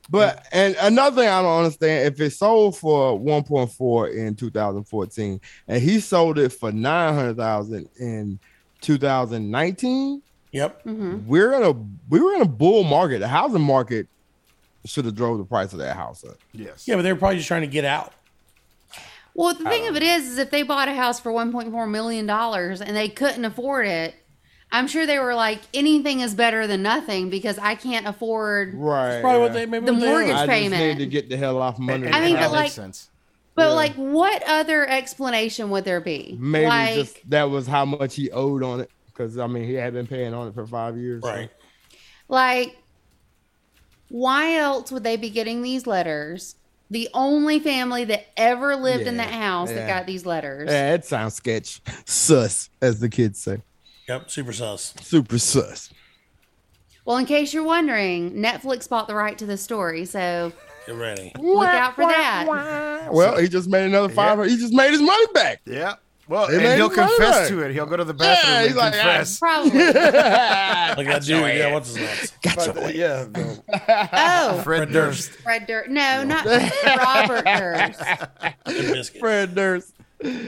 G: But and another thing I don't understand if it sold for 1.4 in 2014 and he sold it for 900,000 in 2019,
E: Yep.
F: Mm-hmm.
G: we're in a we were in a bull market. The housing market should have drove the price of that house up.
H: Yes.
E: Yeah, but they're probably just trying to get out.
F: Well, the thing of it is, is if they bought a house for 1.4 million dollars and they couldn't afford it, I'm sure they were like, anything is better than nothing because I can't afford.
G: Right.
E: Probably what they maybe
F: The
E: what they
F: mortgage-
E: are.
G: I just
F: payment.
G: need to get the hell off my
H: And-
G: money.
H: and
F: I mean,
H: that
F: but, like-
H: makes sense.
F: But like, what other explanation would there be?
G: Maybe
F: like,
G: just that was how much he owed on it. Because I mean, he had been paying on it for five years.
E: Right.
F: like, why else would they be getting these letters? The only family that ever lived in
G: Yeah,
F: that house that
G: yeah.
F: got these letters.
G: Yeah, it sounds sketch. Sus, as the kids say.
E: Yep. Super sus.
G: Super sus.
F: Well, in case you're wondering, Netflix bought the right to the story, so
E: Get ready.
F: look out for that.
G: Well, he just made another five. He just made his money back.
H: Yeah. Well,
G: They made
H: and he'll
G: him run
H: confess
G: it.
H: to it. He'll go to the bathroom
G: Yeah,
H: and
G: he's like,
H: confess.
F: Probably.
E: Like that dude. Yeah. What's his name?
H: But, uh, yeah. no.
F: Oh,
H: Fred Durst.
F: Fred Durst. No, not Robert Durst.
E: Limp Bizkit.
G: Fred Durst.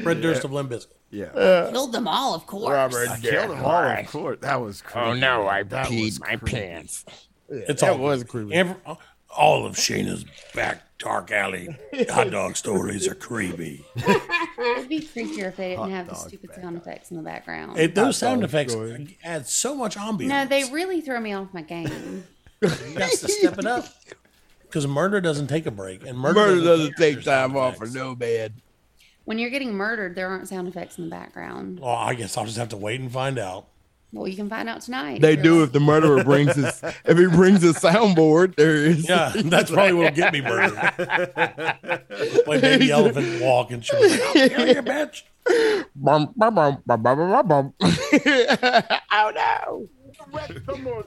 E: Fred Durst of Limp Bizkit.
H: Yeah.
F: Killed them all, of course.
G: Robert
H: I killed him all in court. That was crazy.
G: Oh, no, I
H: That was creepy.
G: pants.
E: It's
G: that
E: all
G: was
E: creepy.
G: creepy.
E: Every- all of Shayna's back dark alley hot dog stories are creepy.
F: It'd be creepier if they didn't have the stupid sound effects in the background.
E: It, those sound
G: dog
E: effects
G: story.
E: add so much ambiance.
F: no, they really throw me off my game.
E: You got to step it up because murder doesn't take a break, and murder,
G: Murder doesn't
E: care
G: take
E: if there's
G: time off for
E: effects.
G: no man.
F: When you're getting murdered, there aren't sound effects in the background.
E: Oh, I guess I'll just have to wait and find out.
F: Well, you can find out tonight.
G: They do if the murderer brings his if he brings his soundboard. There is
E: Yeah, that's probably what'll get me murdered. Play baby elephant walk and she'll be like, "I'll kill you, bitch.
G: bum, bum, bum, bum, bum, bum, bum, Oh, bum.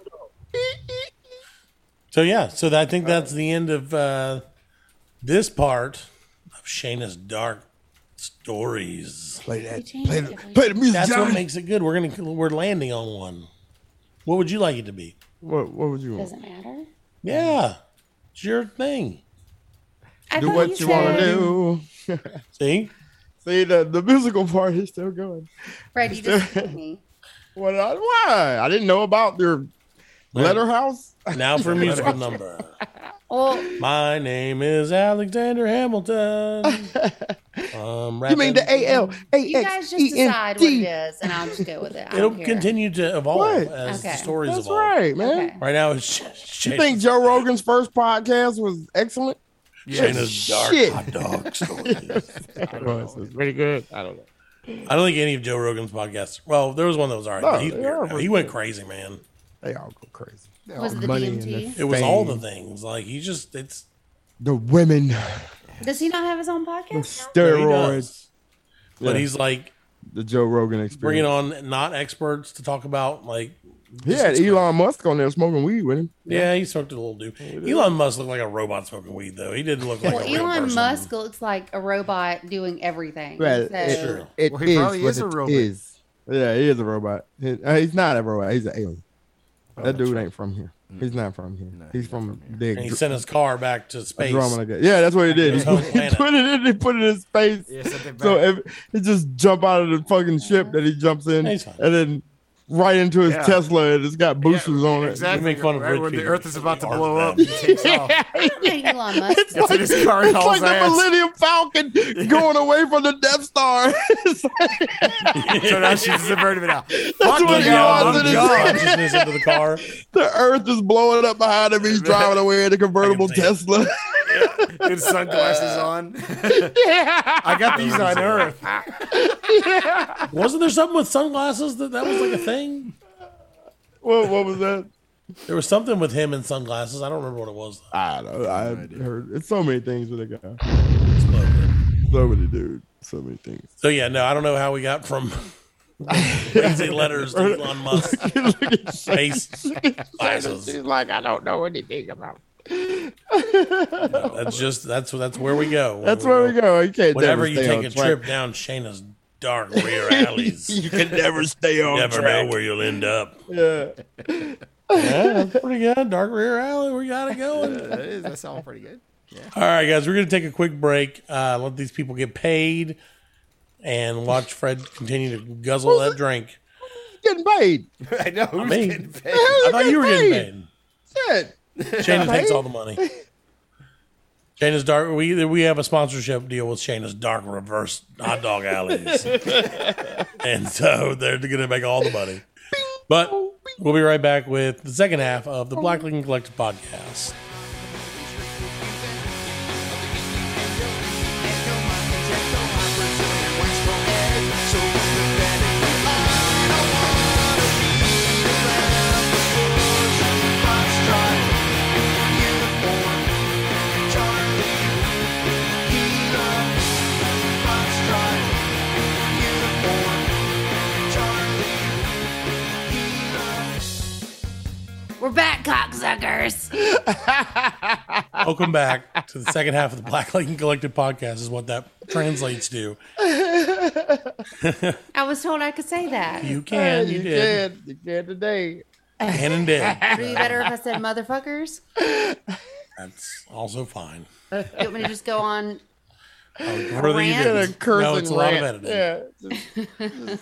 E: So yeah, so that, I think that's the end of uh, this part of Shayna's dark stories.
G: play that.
F: changed
G: Play the,
F: it.
G: play the music.
E: That's what
G: Johnny.
E: makes it good. We're gonna we're landing on one. What would you like it to be?
G: what, what would you want?
F: Doesn't matter.
E: Yeah, it's your thing.
F: I
G: Do
F: thought
G: what you want
F: said-
G: to do.
E: See,
G: See the, the musical part is still going.
F: Fred, you just told me.
G: What? I, why? I didn't know about your letter house.
E: now for a musical number.
F: Well,
E: My name is Alexander Hamilton. Um,
G: You mean the A L A
F: you guys
G: X
F: just
G: E N
F: decide what it
G: T?
F: is, and I'll just go with it. I
E: It'll
F: don't care.
E: continue to evolve
G: What?
E: as the
F: Okay.
E: stories
G: That's
E: evolve.
G: right, man.
F: Okay.
E: Right now, it's Sh-
G: You think
E: Shayna's,
G: Joe Rogan's first podcast was excellent?
E: Shayna's dark
G: Shit.
E: hot dog stories.
G: It was. It was pretty good. I don't know.
E: I don't think any of Joe Rogan's podcasts. Well, there was one that was alright.
G: No,
E: but he's
G: they
E: weird
G: are
E: now. he went crazy, man.
G: They all go crazy.
F: Was it the
G: and
F: DMT?
E: It was all the
G: fame.
E: things. Like he just it's
G: the women,
F: Does he not have his own podcast?
E: he
G: steroids,
E: does. But
G: Yeah.
E: he's like
G: the Joe Rogan
E: bringing
G: experience.
E: on not experts to talk about like
G: He had Elon Musk on there smoking weed with him.
E: yeah, he smoked a little dude. Elon Musk looked like a robot smoking weed though. He didn't look like
F: Well,
E: a real
F: Elon
E: person.
F: Musk looks like a robot doing everything.
G: Right.
F: So-
E: Sure.
G: It
H: Well, he
G: is
H: probably
G: what
H: is a
G: it
H: robot.
G: is. Yeah, he is a robot. He- uh, he's not a robot. He's an alien. that dude ain't from here. He's Mm. not from here. he's, from, big.
E: And he sent his car back to space.
G: Andromeda. Yeah, that's what he did.
E: his
G: He
E: home planet.
G: put it in. He put it in space.
H: Yeah, sent it
G: so
H: back.
G: if he just jump out of the fucking ship that he jumps in,
E: He's fine.
G: and then right into his
H: Yeah.
G: Tesla, and it's got boosters on it.
H: Exactly.
E: make fun of
H: right
E: rich
H: when the
E: people.
H: Earth is about to
E: Or
H: blow
E: them.
H: up, he takes off.
F: Elon Musk.
H: Gets in his car and
G: It's like
H: hauls
G: the
H: ass.
G: Millennium Falcon going away from the Death Star. It's like-
H: So now she's subverted it out.
G: what
H: Fuck you,
G: he was
H: I'm
G: in his-
H: gone.
E: Consciousness into the car.
G: the Earth is blowing up behind him. He's driving away in a convertible
E: I can
G: Tesla.
H: With sunglasses on. I got these on Earth.
E: Wasn't there something with sunglasses that that was like a thing?
G: what, what was that?
E: There was something with him and sunglasses. I don't remember what it was. though.
G: I don't know. I heard it's so many things with a guy.
E: It's
G: Ah.
E: lovely.
G: So many dude. So many things.
E: So yeah, no, I don't know how we got from crazy letters to Elon Musk
G: Look at Shane.
E: space glasses.
G: like, I don't know anything about.
E: That's just that's that's where we go.
G: That's where we go. You can't
E: Whenever
G: never
E: you
G: stay
E: take
G: on
E: a
G: track.
E: trip down Shayna's dark rear alleys,
G: you can never stay on
E: never know
G: track.
E: where you'll end up.
G: Yeah.
E: Yeah, that's pretty good. Dark Rear Alley, we got it going.
H: That Uh, is. That sounds pretty good.
E: All right, guys, we're going to take a quick break. Uh, let these people get paid and watch Fred continue to guzzle that drink.
G: Getting paid.
H: I know who's
E: mean-
H: getting paid.
E: I thought you were getting paid.
G: Shit.
E: Shana takes all the money. Shana's dark. We we have a sponsorship deal with Shana's Dark Reverse Hot Dog Alleys, and so they're going to make all the money. But we'll be right back with the second half of the Black Lincoln Collective podcast.
F: We're back, cocksuckers.
E: Welcome back to the second half of the Black Lincoln Collective podcast. Is what that translates to.
F: I was told I could say that.
E: You can, you,
G: You
E: did,
G: did. You did today.
E: can and did.
F: Would it be better if I said motherfuckers?
E: That's also fine.
F: You want me to just go on?
E: I would prefer that you
F: Rant.
E: didn't.
F: Did
G: A curse
E: No, it's
G: and
E: a lot of
G: rant.
E: editing.
G: Yeah.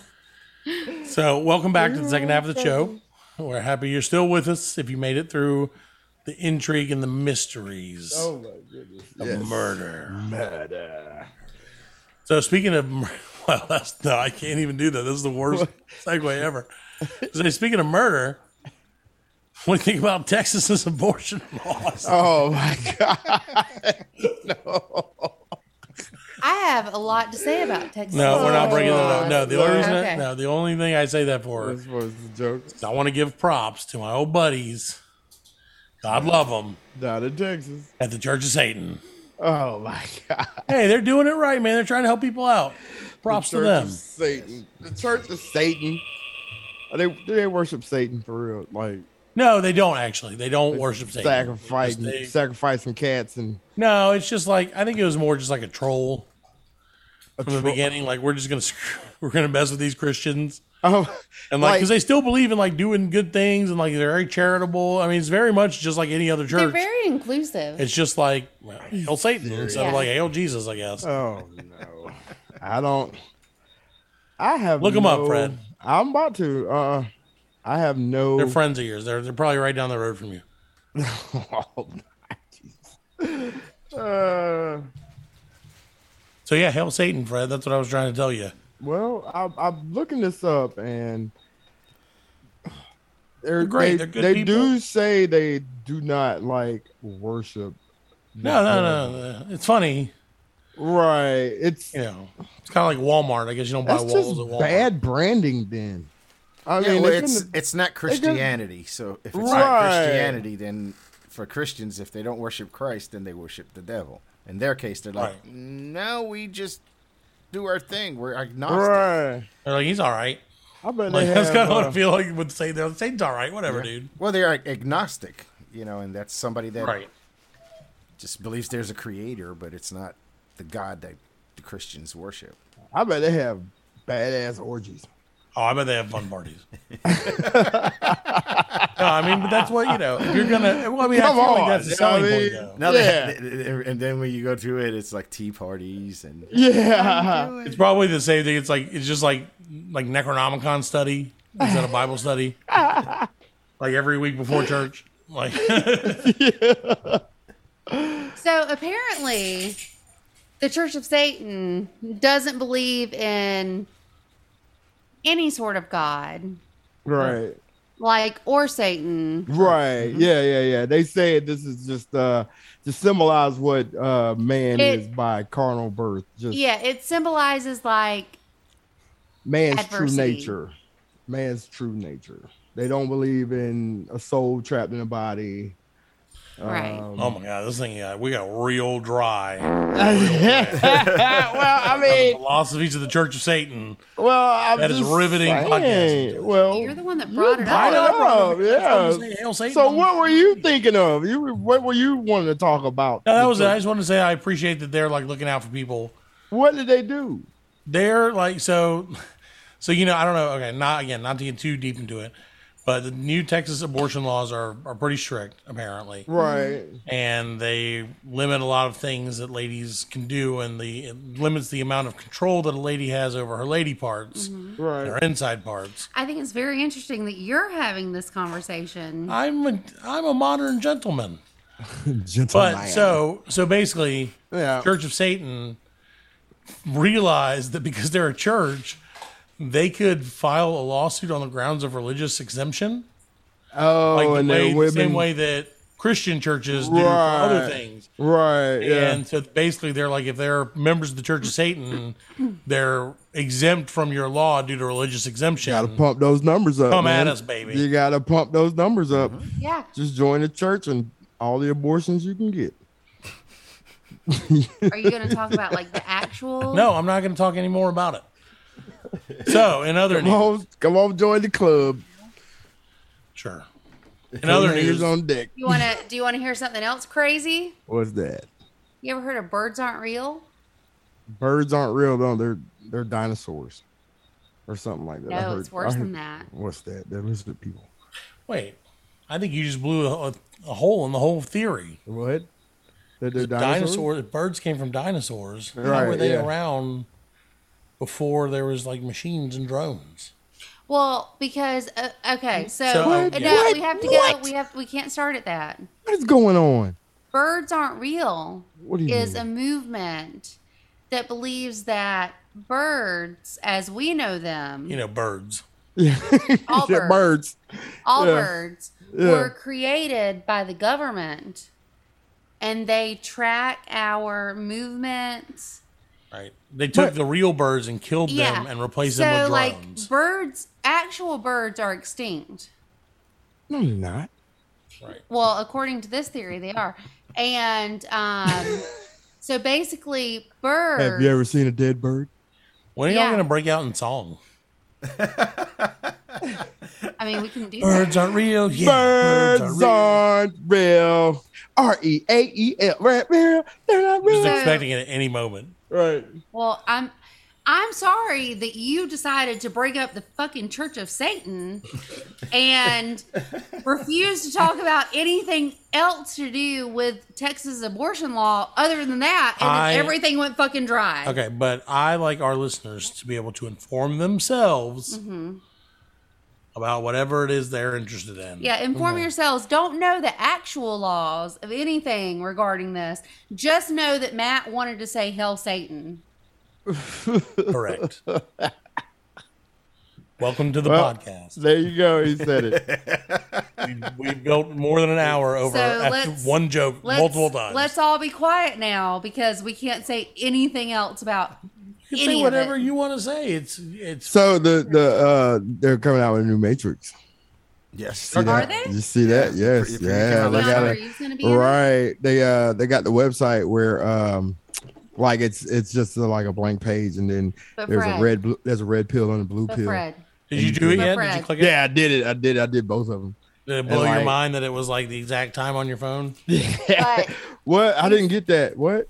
E: So, welcome back to the second half of the show. We're happy you're still with us. If you made it through the intrigue and the mysteries
G: Oh my goodness.
E: of murder, murder. So, speaking of, mur- well, that's no, I can't even do that. This is the worst segue ever. So, speaking of murder, what do you think about Texas's abortion laws?
G: Oh my god.
F: I have a lot to say about Texas.
E: no, we're not bringing that up.
F: laws.
E: No, the only reason,
F: Okay.
E: no, the only thing I say that for
G: This was the joke.
E: I want to give props to my old buddies. God love them
G: Down in Texas.
E: at the Church of Satan.
G: Oh my god.
E: Hey, they're doing it right, man. They're trying to help people out. Props to
G: Church
E: them.
G: Of Satan. The church of Satan. They they worship Satan for real. Like
E: No, they don't actually. They don't worship Satan.
G: sacrificing
E: They-
G: sacrificing cats and
E: No, it's just like I think it was more just like a troll
G: a
E: from the
G: tro-
E: beginning. Like we're just gonna screw, we're gonna mess with these Christians
G: Oh,
E: and like
G: Like-
E: because they still believe in like doing good things and like they're very charitable. I mean, it's very much just like any other
F: They're
E: church.
F: very inclusive.
E: it's just like well, hail Satan instead of
F: Yeah.
E: like hail Jesus, I guess.
G: oh no. I don't I have
E: Look 'em up,
G: no-
E: Fred.
G: I'm about to. Uh I have no
E: They're friends of yours. They're they're probably right down the road from you.
G: Oh, Jesus. Uh,
E: So yeah, hell Satan, Fred. That's what I was trying to tell you.
G: well, I'm, I'm looking this up, and they're,
E: great.
G: They,
E: They're good
G: they
E: people.
G: do say they do not like worship.
E: No, no, no, no. It's funny,
G: Right. It's
E: you know. It's kind of like Walmart. I guess you don't buy
G: that's
E: walls at
G: just
E: Walmart.
G: bad branding. Then, I
H: Yeah,
G: mean,
H: well,
G: they
H: it's
G: couldn't-
H: it's not Christianity. So if it's not
G: Right.
H: Christianity, then for Christians, if they don't worship Christ, then they worship the devil. In their case, they're like,
E: Right.
H: no, we just do our thing. We're agnostic.
G: right.
E: They're like, he's all right.
G: I bet they
E: Like that's
G: have,
E: kind of what
G: uh,
E: I feel like would say. They're like, Satan's all right, whatever, dude.
H: Well, they are agnostic, you know, and that's somebody that
E: Right.
H: just believes there's a creator, but it's not the God that the Christians worship.
G: I bet they have badass orgies.
E: Oh, I bet they have fun parties. no, I mean, but that's what you know. If you're gonna, well, I mean, I
G: Come
E: feel
G: on,
E: like that's
G: you
E: a
G: know what
E: selling
G: I
E: point,
G: mean?
E: though.
H: Now
G: Yeah.
H: that, and then when you go to it, it's like tea parties and
G: Yeah,
E: It's probably the same thing. It's like it's just like like Necronomicon study instead of Bible study, like every week before church. Like,
F: So apparently, the Church of Satan doesn't believe in any sort of God,
G: right.
F: like or Satan.
G: Right.
E: Mm-hmm.
G: Yeah, yeah, yeah. They say this is just uh to symbolize what uh man
F: It-
G: is by carnal birth. Just
F: Yeah, it symbolizes like
G: man's
F: adversity.
G: true nature. Man's true nature. They don't believe in a soul trapped in a body.
F: right.
E: oh my god, this thing, yeah, we got real dry.
G: well, I mean,
E: Philosophies of the Church of Satan.
G: well, I'm
E: That is
G: just
E: riveting
G: saying,
E: podcasting.
G: Well,
F: You're the one that brought it
G: brought
F: up.
G: it up,
E: That's what I'm
G: yeah.
E: saying, hail Satan.
G: So what were you thinking of? You were- what were you wanting to talk about?
E: No, that was it. I just wanted to say I appreciate that they're like looking out for people.
G: What did they do?
E: They're like so, so you know I don't know. Okay, not again, not to get too deep into it, But the new Texas abortion laws are, are pretty strict, apparently.
G: Right.
E: and they limit a lot of things that ladies can do, and the it limits the amount of control that a lady has over her lady parts, her
G: Right.
E: inside parts.
F: I think it's very interesting that you're having this conversation.
E: I'm a I'm a modern gentleman,
G: Gentleman.
E: but so so basically,
G: Yeah.
E: Church of Satan realized that because they're a church, they could file a lawsuit on the grounds of religious exemption,
G: oh,
E: like
G: and
E: the way,
G: then
E: the
G: women.
E: same way that Christian churches do for other
G: Right.
E: things.
G: Right. Yeah.
E: And so basically, they're like, if they're members of the Church of Satan, they're exempt from your law due to religious exemption.
G: gotta pump those numbers up.
E: Come at
G: man.
E: us, baby. Mm-hmm.
G: You gotta pump those numbers up.
F: Yeah.
G: Just join the church and all the abortions you can get.
F: Are you going to talk about like the actual?
E: no, I'm not going to talk any more about it. So, in other
G: Come
E: news,
G: on, come on, join the club.
E: sure. In other
G: Hands
E: news,
G: on deck.
F: You want to? Do you want to hear something else crazy?
G: What's that?
F: You ever heard of birds aren't real?
G: Birds aren't real though. They're they're dinosaurs, or something like that. I
F: No,
G: heard-
F: it's worse
G: I
F: than
G: heard-
F: that.
G: What's that? They're lizard people.
E: wait, I think you just blew a, a hole in the whole theory.
G: What? That they're dinosaurs.
E: Dinosaurs, birds came from dinosaurs. How
G: Right,
E: were they
G: yeah.
E: around before there was like machines and drones?
F: Well, because uh, okay, so,
E: So,
F: no,
E: What? yeah.
F: we have to go. We have we can't start at that.
G: What is going on?
F: Birds aren't real.
G: What do you
F: is
G: mean?
F: a movement that believes that birds, as we know them,
E: You know, birds.
F: all
G: Shit,
F: birds,
G: birds.
F: all
G: yeah.
F: birds
G: Yeah.
F: were created by the government, and they track our movements.
E: Right. They took the real birds and killed
F: Yeah,
E: them and replaced
F: so
E: them with
F: like
E: drones.
F: birds, actual birds are extinct.
G: No, they're not.
F: Well, according to this theory, they are. And um, so basically, birds.
G: Have you ever seen a dead bird?
E: When are y'all
F: Yeah.
E: gonna break out in song?
F: I mean, we can do that.
E: Birds aren't real. Yeah,
G: Birds aren't real. R e a e l. Right, real. They're not
E: Just
G: real.
E: expecting it at any moment.
G: Right.
F: Well, I'm. I'm sorry that you decided to break up the fucking Church of Satan and refuse to talk about anything else to do with Texas abortion law other than that. And
E: I-
F: then everything went fucking dry.
E: Okay, but I like our listeners to be able to inform themselves
F: Mm-hmm.
E: about whatever it is they're interested in.
F: Yeah, inform yourselves. Don't know the actual laws of anything regarding this. Just know that Matt wanted to say hell Satan.
E: Correct. Welcome to the
G: Well-
E: podcast.
G: There you go. He said it.
E: We built more than an hour over
F: So
E: at
F: let's-
E: one joke
F: Let's,
E: multiple times.
F: Let's all be quiet now because we can't say anything else about
E: you
F: any
E: say
F: of
E: whatever
F: it.
E: you want to say. It's it's
G: so the the uh they're coming out with a new Matrix.
H: Yes.
G: See
F: Are
G: that?
F: they?
G: You see that? Yes.
H: Pretty- pretty
G: yeah.
H: cool.
G: They
H: Like,
F: John,
G: got
F: are
G: a,
F: you gonna be in it?
G: right. They uh they got the website where um like it's it's just uh, like a blank page and then
F: But
G: there's
F: Fred.
G: a red blue, there's a red pill and a blue
F: But
G: pill.
F: Fred,
E: did you do it
F: But
E: yet? Did you
F: Fred-
E: click it?
G: Yeah, I did it. I did. I did both of them.
E: Did it blow your
G: like-
E: mind that it was like the exact time on your phone?
F: but
G: What? I didn't get that. What?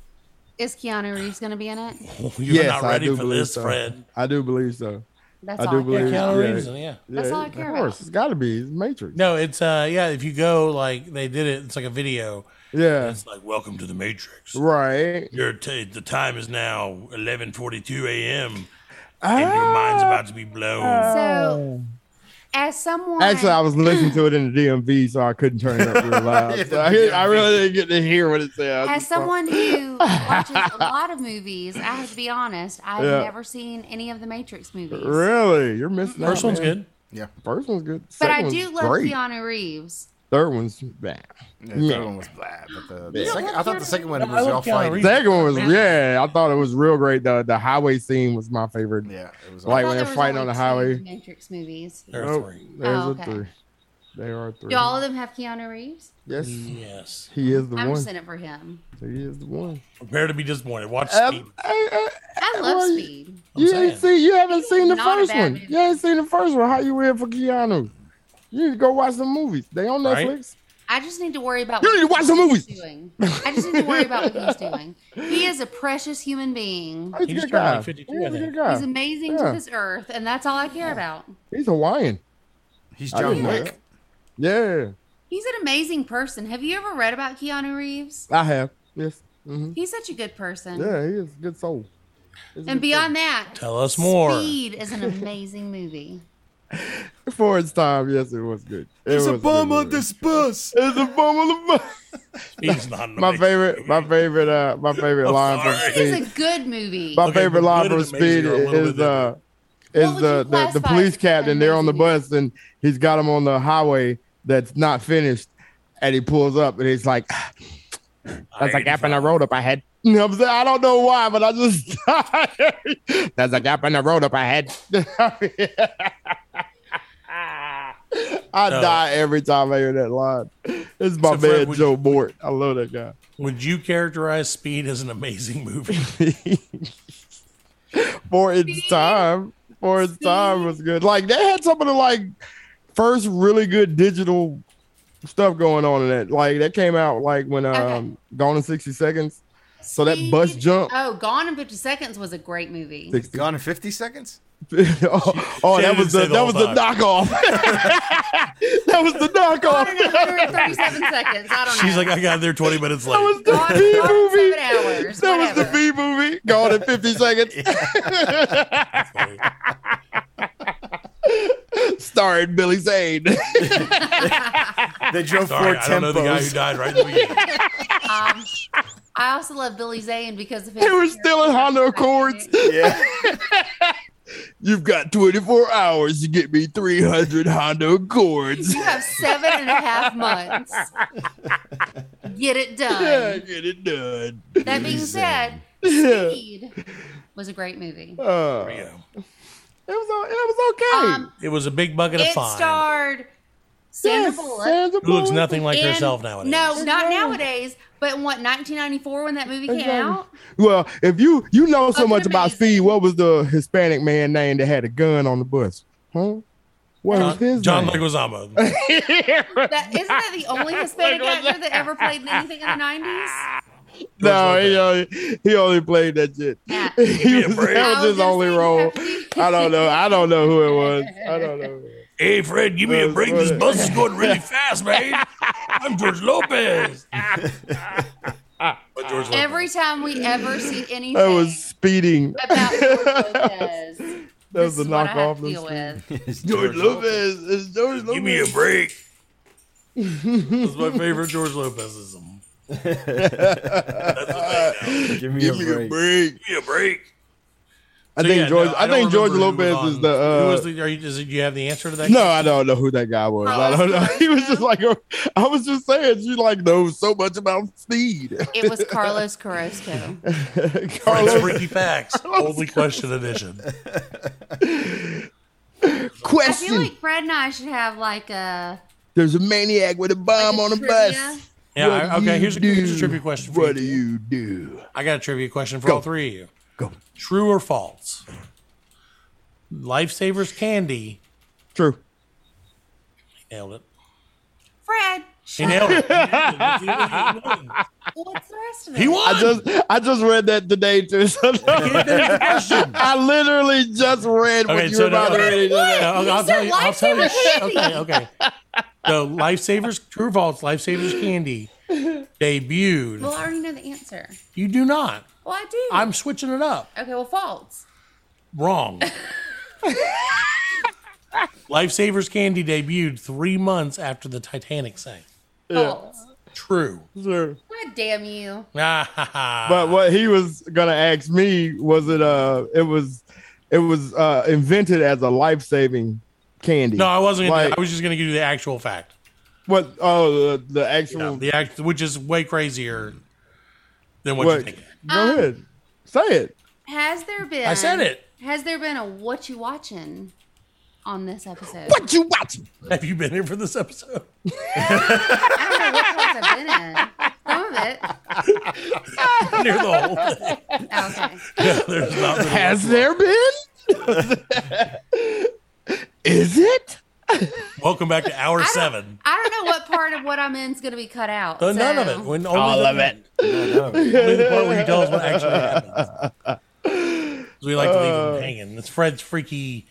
F: is Keanu Reeves gonna be in it?
E: You're
G: yes,
E: not
G: I
E: ready
G: do
E: for
G: believe
E: this,
G: so.
E: Fred.
G: I do believe so.
F: That's
G: I
F: all.
G: do
F: I care
G: believe-
F: about.
E: Keanu
G: Yeah.
E: Reeves, yeah.
F: That's all I care
G: of
F: about.
G: course. It's got to be it's Matrix.
E: No, it's uh yeah, if you go like they did it, it's like a video.
G: Yeah.
E: It's like welcome to the Matrix.
G: Right.
E: Your t- the time is now 11:42 a.m.
G: Ah.
E: and your mind's about to be blown.
F: So, as someone
G: Actually, I was listening to it in the DMV, so I couldn't turn it up real loud. so I, hear- I really didn't get to hear what it said. I
F: As
G: just thought-
F: someone who watches a lot of movies, I have to be honest, I've
G: Yeah.
F: never seen any of the Matrix movies.
G: really, you're missing.
E: First
G: out,
E: one's
G: man.
E: good.
H: Yeah.
G: First one's good.
F: Mm-hmm. But
G: Second
F: I
G: one's
F: do love
G: great.
F: Keanu Reeves.
G: Third one's bad.
E: Mm-hmm.
H: yeah the third one was blah, but the, the
G: Yeah.
H: second, I thought the second one
E: No, I
H: was
E: love
H: all
E: Keanu
H: fighting.
E: Reeves.
G: Second one was yeah. I thought it was real great. The the highway scene was my favorite.
H: Yeah, it was
F: I
G: Like
F: thought
G: when
F: there
G: they're
F: was
G: fighting on
F: only two
G: the highway.
F: Matrix movies.
E: There are
G: Nope,
E: three.
G: there's
F: Oh,
G: a
F: okay.
G: three. They are three.
F: Do all of them have Keanu Reeves?
G: yes,
E: Mm-hmm. Yes.
G: he is the
F: I'm
G: one.
F: just in it for him.
G: He is the one.
E: Prepare to be disappointed. Watch Speed.
G: Um, I- I-
F: I love
G: well, you-
F: Speed.
G: You
E: saying.
G: ain't see. You haven't seen the
F: Not a
G: first
F: bad
G: one.
F: movie.
G: You ain't seen the first one. How you in for Keanu? You need to go watch some movies. They on
E: Right?
G: Netflix.
F: I just need to worry about
G: You need to watch some
F: he's
G: movies.
F: doing. I just need to worry about what he's doing. He is a precious human being.
G: He's,
E: He
G: a
E: just
G: good
E: turned, like,
G: guy.
E: 52,
G: He's
E: I
G: a
E: think.
G: good guy.
F: He's amazing
G: Yeah.
F: to this earth, and that's all I care about.
G: He's Hawaiian.
H: He's
G: I
H: John
G: didn't know
H: Wick.
G: that. Yeah,
F: He's an amazing person. Have you ever read about Keanu Reeves?
G: I have. Yes. hmm
F: He's such a good person.
G: Yeah, he is a good soul. He's
F: And
G: a good soul.
F: beyond that,
E: Tell us more.
F: Speed is an amazing movie.
G: for its time, yes, it was good. It
H: There's
G: was
H: a
G: good
H: bomb on
G: movie.
H: this bus.
G: It's a bum on the bus.
E: He's not an
G: my
E: amazing
G: favorite, my favorite, uh, my favorite line from
E: sorry.
F: It is
G: Speed.
F: a good movie.
G: My
E: Okay,
G: favorite
E: but
G: line
E: good
G: from
E: and amazing
G: Speed
E: are a little bit
G: is uh, is
F: What would
G: the,
F: you
G: the the
F: classify
G: police
F: as good
G: captain.
F: and
G: They're on the
F: amazing?
G: bus and he's got him on the highway that's not finished, and he pulls up and he's like, "That's a gap in the road up ahead." You know what I'm saying? I don't know why, but I just there's a gap in the road up ahead. I
E: No.
G: die every time I hear that line. It's my
E: So, Fred,
G: man
E: would
G: Joe Bort. I love that guy.
E: Would you characterize Speed as an amazing movie?
G: for its time. For its time was good. Like they had some of the like first really good digital stuff going on in that. Like that came out like when um Gone in sixty seconds. So that bus
F: Speed-
G: jump.
F: Oh, Gone in 50 Seconds was a great movie.
G: 60.
H: Gone in 50 seconds?
G: oh, oh,
E: She
G: that
E: didn't
G: was
E: say
G: the
E: the
G: that
E: whole
G: was the
E: time.
G: knockoff. that was the
F: Gone in
G: knockoff.
F: 137 seconds. I don't know.
E: She's like, I got there 20 minutes
G: That
E: late.
G: was the
F: Gone in
G: B movie.
F: seven hours,
G: that was the
F: whatever.
G: B movie. Gone in fifty seconds. Starring Billy Zane.
H: They drove
E: Sorry,
H: four
E: I don't know the guy who
H: tempos.
E: died right in the beginning.
F: um, I also love Billy Zane because of his.
G: They were still in Honda Accords.
H: Yeah.
G: You've got 24 hours to get me 300 Honda Accords.
F: You have seven and a half months. Get it done.
G: Yeah, get it done.
F: That being said,
G: Yeah.
F: Speed was a great movie.
G: Uh, it,
E: Yeah.
G: was, o- it was okay.
F: Um,
E: It was a big bucket of
F: it
E: fine.
F: starred Sandra
G: Yes,
F: Bullock.
G: Sandra
E: who looks
G: Bullock.
E: nothing like
F: and-
E: herself nowadays.
F: No, not nowadays. But in what 1994 when that movie came
G: Exactly.
F: out?
G: Well, if you you know so
F: Fucking
G: much about
F: amazing.
G: Speed, what was the Hispanic man name that had a gun on the bus? Huh? What was
E: John,
G: his
E: John
G: name?
E: Leguizamo.
F: That isn't that the only Hispanic actor that ever played in anything in the 90s?
G: no, he only, he only played that shit.
F: Yeah.
G: he was,
E: break.
G: that
F: I
G: was
F: was
G: his
F: gonna
G: only
F: say you
G: role.
F: have to be-
G: I don't know. I don't know who it was. I don't know. Who it was.
E: hey, Fred, give me a break. This bus is going really fast, man. I'm George Lopez. but George Lopez.
F: Every time we ever see anything
G: That was speeding.
F: about George Lopez, that
G: That was
F: this
G: the
F: is what I have
G: knockoff.
F: to deal
G: of
F: with.
G: George Lopez. It's George Lopez.
E: give me a break. That's my favorite George Lopezism.
H: Give me
G: Give
H: a
G: me
H: break.
G: a break.
E: Give me a break.
G: I
E: So,
G: think
E: yeah,
G: George.
E: no,
G: I,
E: don't
G: think George
E: remember who was
G: Lopez
E: on-
G: is the. Uh,
E: who was the? Are you? Does, do you have the answer to that?
G: no, I don't know who that guy was. I
F: Oh,
G: don't know. He was just like, a- I was just saying, you like know so much about speed.
F: It was Carlos Carrasco.
E: Fred's
G: Carlos,
E: freaky facts. Only question edition.
F: I feel
G: question.
F: like Fred and I should have like a
G: There's a maniac with a bomb
F: like
G: on
F: a
G: a bus.
F: trivia.
E: Yeah.
G: What
E: I,
G: do
E: okay.
G: you
E: Here's a, here's a
G: do?
E: trivia question for
G: What
E: you.
G: do you do?
E: I got a trivia question for
G: Go.
E: all three of you.
G: Go.
E: True or false? Lifesavers candy.
G: True.
E: Nailed it.
F: Fred.
E: He
F: shut
E: nailed it.
F: up. What's the rest of it?
E: He won.
G: I just I just read that today too. So I literally just read what
E: okay,
G: you
E: so
G: were
E: no,
G: about to read.
E: okay,
F: What?
E: I'll,
F: You
E: I'll
F: said
E: tell you. I'll tell you.
F: lifesaver
E: Okay, okay. So, Lifesavers, true or false? Lifesavers candy
F: Well,
E: debuted.
F: I already know the answer.
E: You do not.
F: Well, I do.
E: I'm switching it up.
F: okay. Well, false.
E: Wrong. Lifesavers candy debuted three months after the Titanic sank.
F: False.
E: True.
G: Sure.
F: God damn you.
E: Ah, ha, ha.
G: But what he was gonna ask me was it uh it was it was uh invented as a life saving candy.
E: no, I wasn't. Gonna, do
G: like
E: that. I was just going to give you the actual fact.
G: what oh the, the
E: You
G: actual
E: know, the act, which is way crazier than what, you
G: what
E: think.
G: go
F: Um,
G: ahead. Say it.
F: Has there been?
E: I said it.
F: Has there been a what you watching on this episode?
G: What you watching?
E: Have you been here for this episode?
F: I don't know what parts I've been in. Some of it.
E: Near the whole thing.
F: Oh, okay.
E: There's not been
G: Has there been? Is it?
E: Welcome back to hour
F: I don't-
E: seven.
F: I don't know what part of what I'm in is going to be cut out.
E: Uh, none
F: so-
E: of it. When only All the, of it. Only the part where you tell us what Uh. actually happened. 'Cause We like to leave them hanging. It's Fred's freaky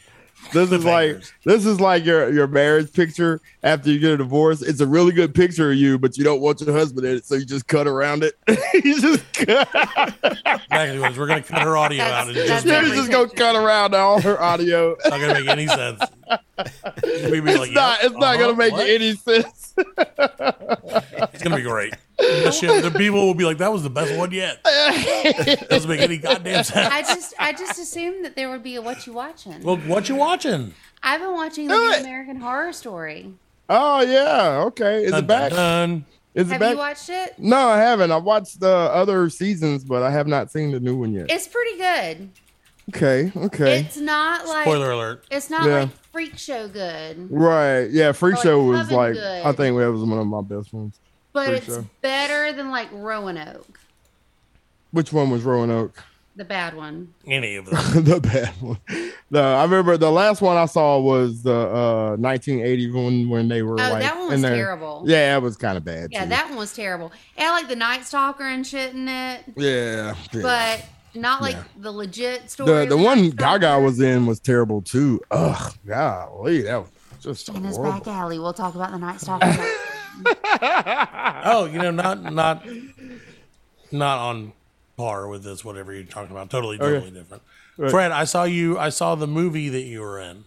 G: This is like
E: Cliffhangers.
G: this is like your your marriage picture after you get a divorce. It's a really good picture of you, but you don't want your husband in it, so you just cut around it. you just cut.
E: Exactly. what it is. We're going to cut her audio out. And
F: That's-
E: just,
G: you
F: that's-
E: it's
G: just go cut around all her audio.
E: not going to make any sense. Maybe
G: It's not. It's
E: "Uh-huh,
G: not gonna make any sense.
E: It's going to be great. The, shit, the people will be like, that was the best one yet. doesn't make any goddamn sense.
F: I just I just assumed that there would be a what you watching.
E: Well, what you watching?
F: I've been watching the
G: Do
F: new
G: it.
F: American Horror Story.
G: Oh yeah. Okay. Is
E: Dun,
G: it back?
E: dun,
G: Is it
F: Have
G: back?
F: you watched it?
G: No, I haven't. I watched the other seasons, but I have not seen the new one yet.
F: It's pretty good.
G: Okay. Okay.
F: It's not
E: dun.
F: like
E: Spoiler alert.
F: it's not
G: Yeah.
F: like freak show good,
G: Right. Yeah. Freak
F: Like
G: Show was
F: Coven
G: like,
F: Good.
G: I think that was one of my best ones.
F: but
G: Freak
F: it's
G: Show.
F: better than like Roanoke,
G: Which one was Roanoke?
F: the bad one.
E: Any of them.
G: the bad one. The I remember the last one I saw was the uh 1980 one when they were
F: Oh,
G: like
F: that one
G: in
F: was
G: their-
F: terrible.
G: Yeah, it was kind of bad.
F: Yeah,
G: too.
F: that one was terrible. It had like the Night Stalker and shit in it,
G: Yeah. yeah.
F: but not like
G: Yeah.
F: the legit story.
G: the
F: of
G: the
F: Night
G: one
F: Stalker.
G: Gaga was in was terrible too. Ugh, golly, that was just
F: in his
G: horrible.
F: back alley. We'll talk about the Night Stalker.
E: Oh, you know, not not not on par with this. Whatever you're talking about, totally,
G: Okay.
E: totally different. Fred, I saw you. I saw the movie that you were in.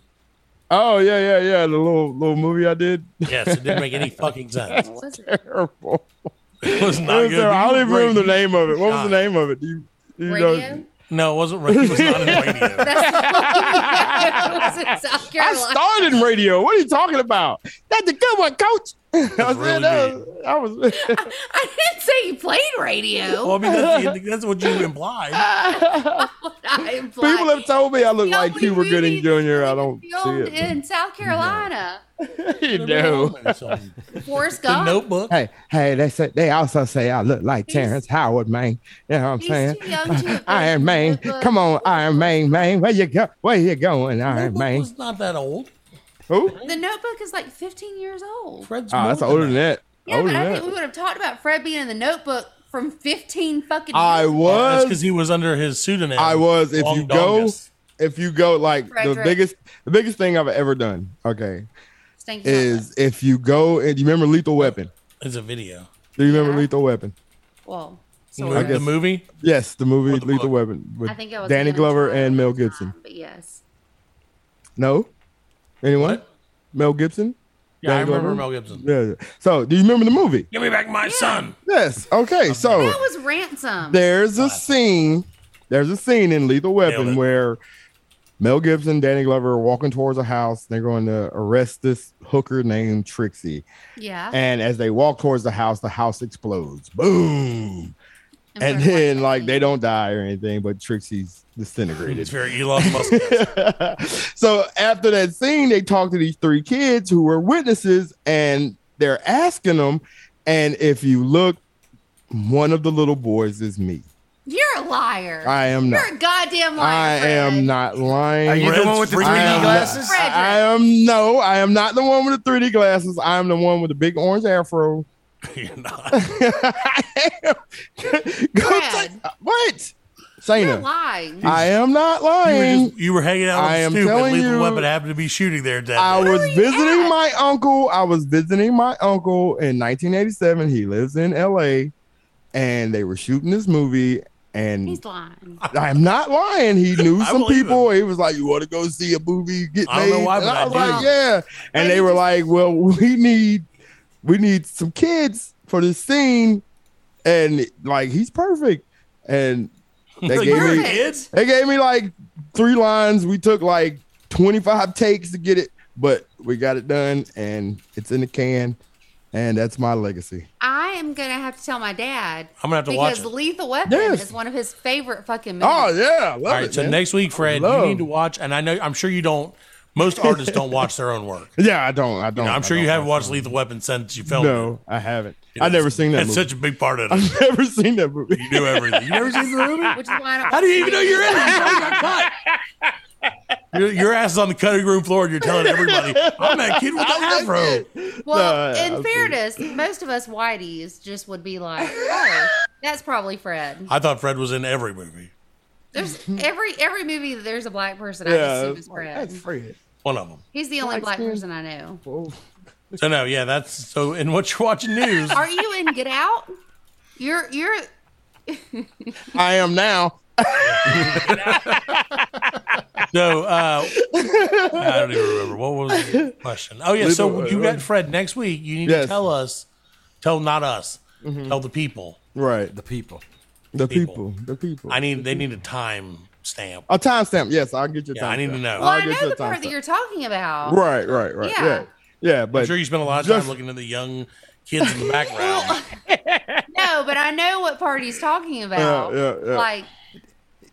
G: Oh yeah, yeah, yeah. The little little movie I did.
E: Yes, it didn't make any fucking sense.
F: Was it
G: terrible.
E: It was
G: It
E: not
G: was
E: good.
G: terrible. I don't even
E: Great.
G: remember the name of it. What was the
E: God.
G: name of it? Do you, do you know?
F: radio?
E: No, it wasn't. ra- It was not in radio.
F: It was in South
G: I
F: Carolina.
G: started in radio. What are you talking about? That's a good one, coach. I was,
E: really
G: that was, I was
F: I didn't say you played radio.
E: Well, I mean, that's, that's what you implied.
F: I implied-
G: people have told me I look
F: The
G: like
F: only
G: Cuba
F: movie
G: Gooding Jr. I don't see
F: filmed
G: it.
F: in South Carolina.
G: You know.
E: Something.
F: Forrest
E: The
F: Gump.
E: Notebook.
G: Hey, hey, they say they also say I look like
F: He's-
G: Terrence Howard, man. You know what I'm
F: He's
G: saying?
F: too young to have
G: Iron
F: been
G: Man,
F: in the
G: come on, Iron Man, man, where you go? Where you going, Iron
E: Notebook
G: Man?
E: was not that old.
G: Who?
F: The Notebook is like 15 years old.
E: Fred's
G: Oh, that's
E: more
G: older than that.
F: Yeah,
G: older
F: but I
G: than
F: think we
G: that.
F: would have talked about Fred being in the Notebook from 15 fucking.
G: I
F: years.
E: That's because
G: was,
E: he was under his pseudonym.
G: I was. If
E: Long
G: you go,
E: Dongus.
G: if you go, like the
F: Frederick.
G: biggest, the biggest thing I've ever done. Okay,
F: Stinky
G: is
F: Notebook.
G: if you go and you remember Lethal Weapon.
E: it's a video.
G: Do you remember
F: Yeah.
G: Lethal Weapon?
F: well,
E: The-
F: sort
G: guess-
E: the movie.
G: Yes, the movie
E: the
G: Lethal
E: book.
G: Weapon with
F: I think it was
G: Danny
F: him
G: Glover
F: Charlie
G: and Mel
F: at the
G: Gibson.
F: time, but yes,
G: No, anyone?
E: What?
G: Mel Gibson.
E: Yeah, I
G: Danny
E: remember
G: Glover?
E: Mel Gibson.
G: Yeah. yeah. So, do you remember the movie?
E: Give me back my son.
G: Yes. Okay. So
F: that was ransom.
G: there's a scene there's a scene in lethal
E: Nailed
G: weapon
E: it.
G: where mel gibson danny glover are walking towards a house they're going to arrest this hooker named trixie
F: yeah,
G: and as they walk towards the house the house explodes boom
F: And
G: and
F: Fred
G: then
F: watched
G: like
F: it.
G: they don't die or anything but trixie's
E: It's
G: disintegrated
E: very Elon Musk.
G: so after that scene, they talk to these three kids who were witnesses, and they're asking them. And if you look, one of the little boys is me.
F: You're a liar.
G: I am not.
F: You're a goddamn
G: I
F: liar.
G: am
F: Fred.
G: not lying.
H: Are you
E: Fred's
H: the one with the
E: freaking
H: 3D
G: out.
H: glasses?
F: Fred.
G: I am no, I am not the one with the 3D glasses. I am the one with the big orange afro.
E: You're not.
G: I am. Go
F: Fred.
G: check- what?
F: You're
G: Saina,
F: lying.
G: I am not
E: You were,
G: lying.
E: just, you were hanging out with
G: I am
E: Stu, but
G: telling
E: Lethal
G: you-
E: Weapon happened to be shooting there that
G: I
E: day.
G: was
F: you
G: visiting
F: at?
G: my uncle. I was visiting my uncle in 1987. He lives in LA, and they were shooting this movie. And
F: He's lying.
G: I'm not lying. He knew
E: I
G: some
E: believe
G: people. He was like, "You want to go see a movie? Get
E: I don't know
G: made?"
E: why,
G: And
E: but I
G: I was
E: do.
G: like, "Yeah." And they
F: you
G: were
F: just-
G: like, "Well, we need, we need some kids for this scene," and like he's perfect. And they gave
E: You're
G: me,
E: kids?
G: they gave me like three lines. We took like 25 takes to get it, but we got it done, and it's in the can. And that's my legacy.
F: I am gonna have to tell my dad.
E: I'm gonna have to watch
F: because
E: it.
F: Lethal Weapon
G: Yes.
F: is one of his favorite fucking movies.
G: Oh yeah, I love
E: All right,
G: it,
E: so
G: man.
E: next week, Fred, you
G: Love.
E: need to watch, and I know I'm sure you don't. Most artists don't watch their own work.
G: yeah, I don't, I don't.
E: I'm
G: I
E: sure you
G: don't.
E: haven't watched Lethal Weapon since you filmed it.
G: No, I haven't.
E: You know,
G: I've never seen that
E: It's
G: movie.
E: such a big part of it.
G: I've never seen that movie.
E: You knew everything. You never seen the movie?
F: Which is why I don't
E: How do you even know you're in it? You already got cut. Your, your ass is on the cutting room floor, and you're telling everybody, "I'm that kid with the afro."
F: Well,
G: No,
F: in
G: I'm
F: fairness, most of us whiteys just would be like, "Oh, that's probably Fred."
E: I thought Fred was in every movie.
F: There's every every movie that there's a black person. I
G: Yeah,
F: assume
G: it's
F: is
G: like,
F: Fred.
G: that's Fred.
E: One of them.
F: He's the only black person I know.
E: So no, yeah, that's so. And what you're watching news?
F: Are you in Get Out? You're you're
G: I am now.
E: No, uh, I don't even remember what was the question. Oh yeah, so
G: Leave it-
E: you got Fred next week. You need
G: Yes. Mm-hmm.
E: to tell us, tell not us, tell the people.
G: Right.
H: The people.
G: The
E: People.
G: people. The people.
E: I need they need a time stamp.
G: a timestamp. Yes, I'll get your
E: Yeah,
G: timestamp.
E: I need to know.
F: well, I
G: get
F: know
G: you
F: the
G: a
F: part that
G: timestamp.
F: you're talking about.
G: Right, right, right.
F: Yeah.
G: Yeah. Yeah, but
E: I'm sure you spent a lot of time
G: just-
E: looking at the young kids in the background.
F: No, but I know what part he's talking about.
G: Yeah, yeah, yeah.
F: Like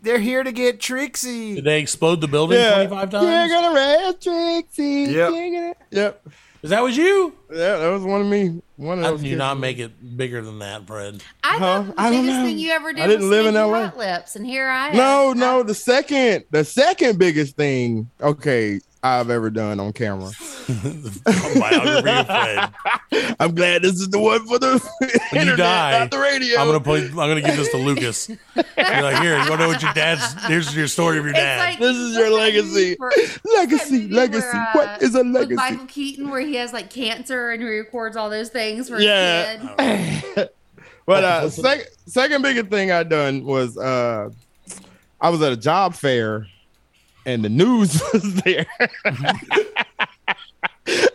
H: They're here to get Trixie.
E: Did they explode the building
G: yeah.
E: 25 times?
G: You're gonna red Trixie.
H: Yep.
G: You're gonna- Yep.
E: Is that was you?
G: Yeah, that was one of me. One of
E: How
G: those.
E: did you
G: kids.
E: not make it bigger than that, Fred?
F: I
G: Huh?
F: thought
G: I
F: the
G: don't
F: biggest
G: know.
F: thing you ever did
G: I didn't
F: was
G: live in
F: sneaking
G: LA.
F: hot lips, and here I am.
G: No, no, the second, the second biggest thing. Okay, I've ever done on camera.
E: Biography of Fred.
G: I'm glad this is the one for the
E: you
G: internet,
E: die,
G: not the radio.
E: I'm gonna play. I'm gonna give this to Lucas. You're like, here, you wanna know what your dad's? Here's your story of your
F: It's
E: dad.
F: like
G: This is your
F: what's that movie
G: legacy.
F: where- that
G: legacy,
F: movie
G: legacy.
F: where, uh,
G: what is a
F: With
G: legacy?
F: Michael Keaton, where he has like cancer and he records all those things for
G: Yeah. Oh.
F: his kid.
G: But uh, sec- second biggest thing I done was uh, I was at a job fair, and the news was there,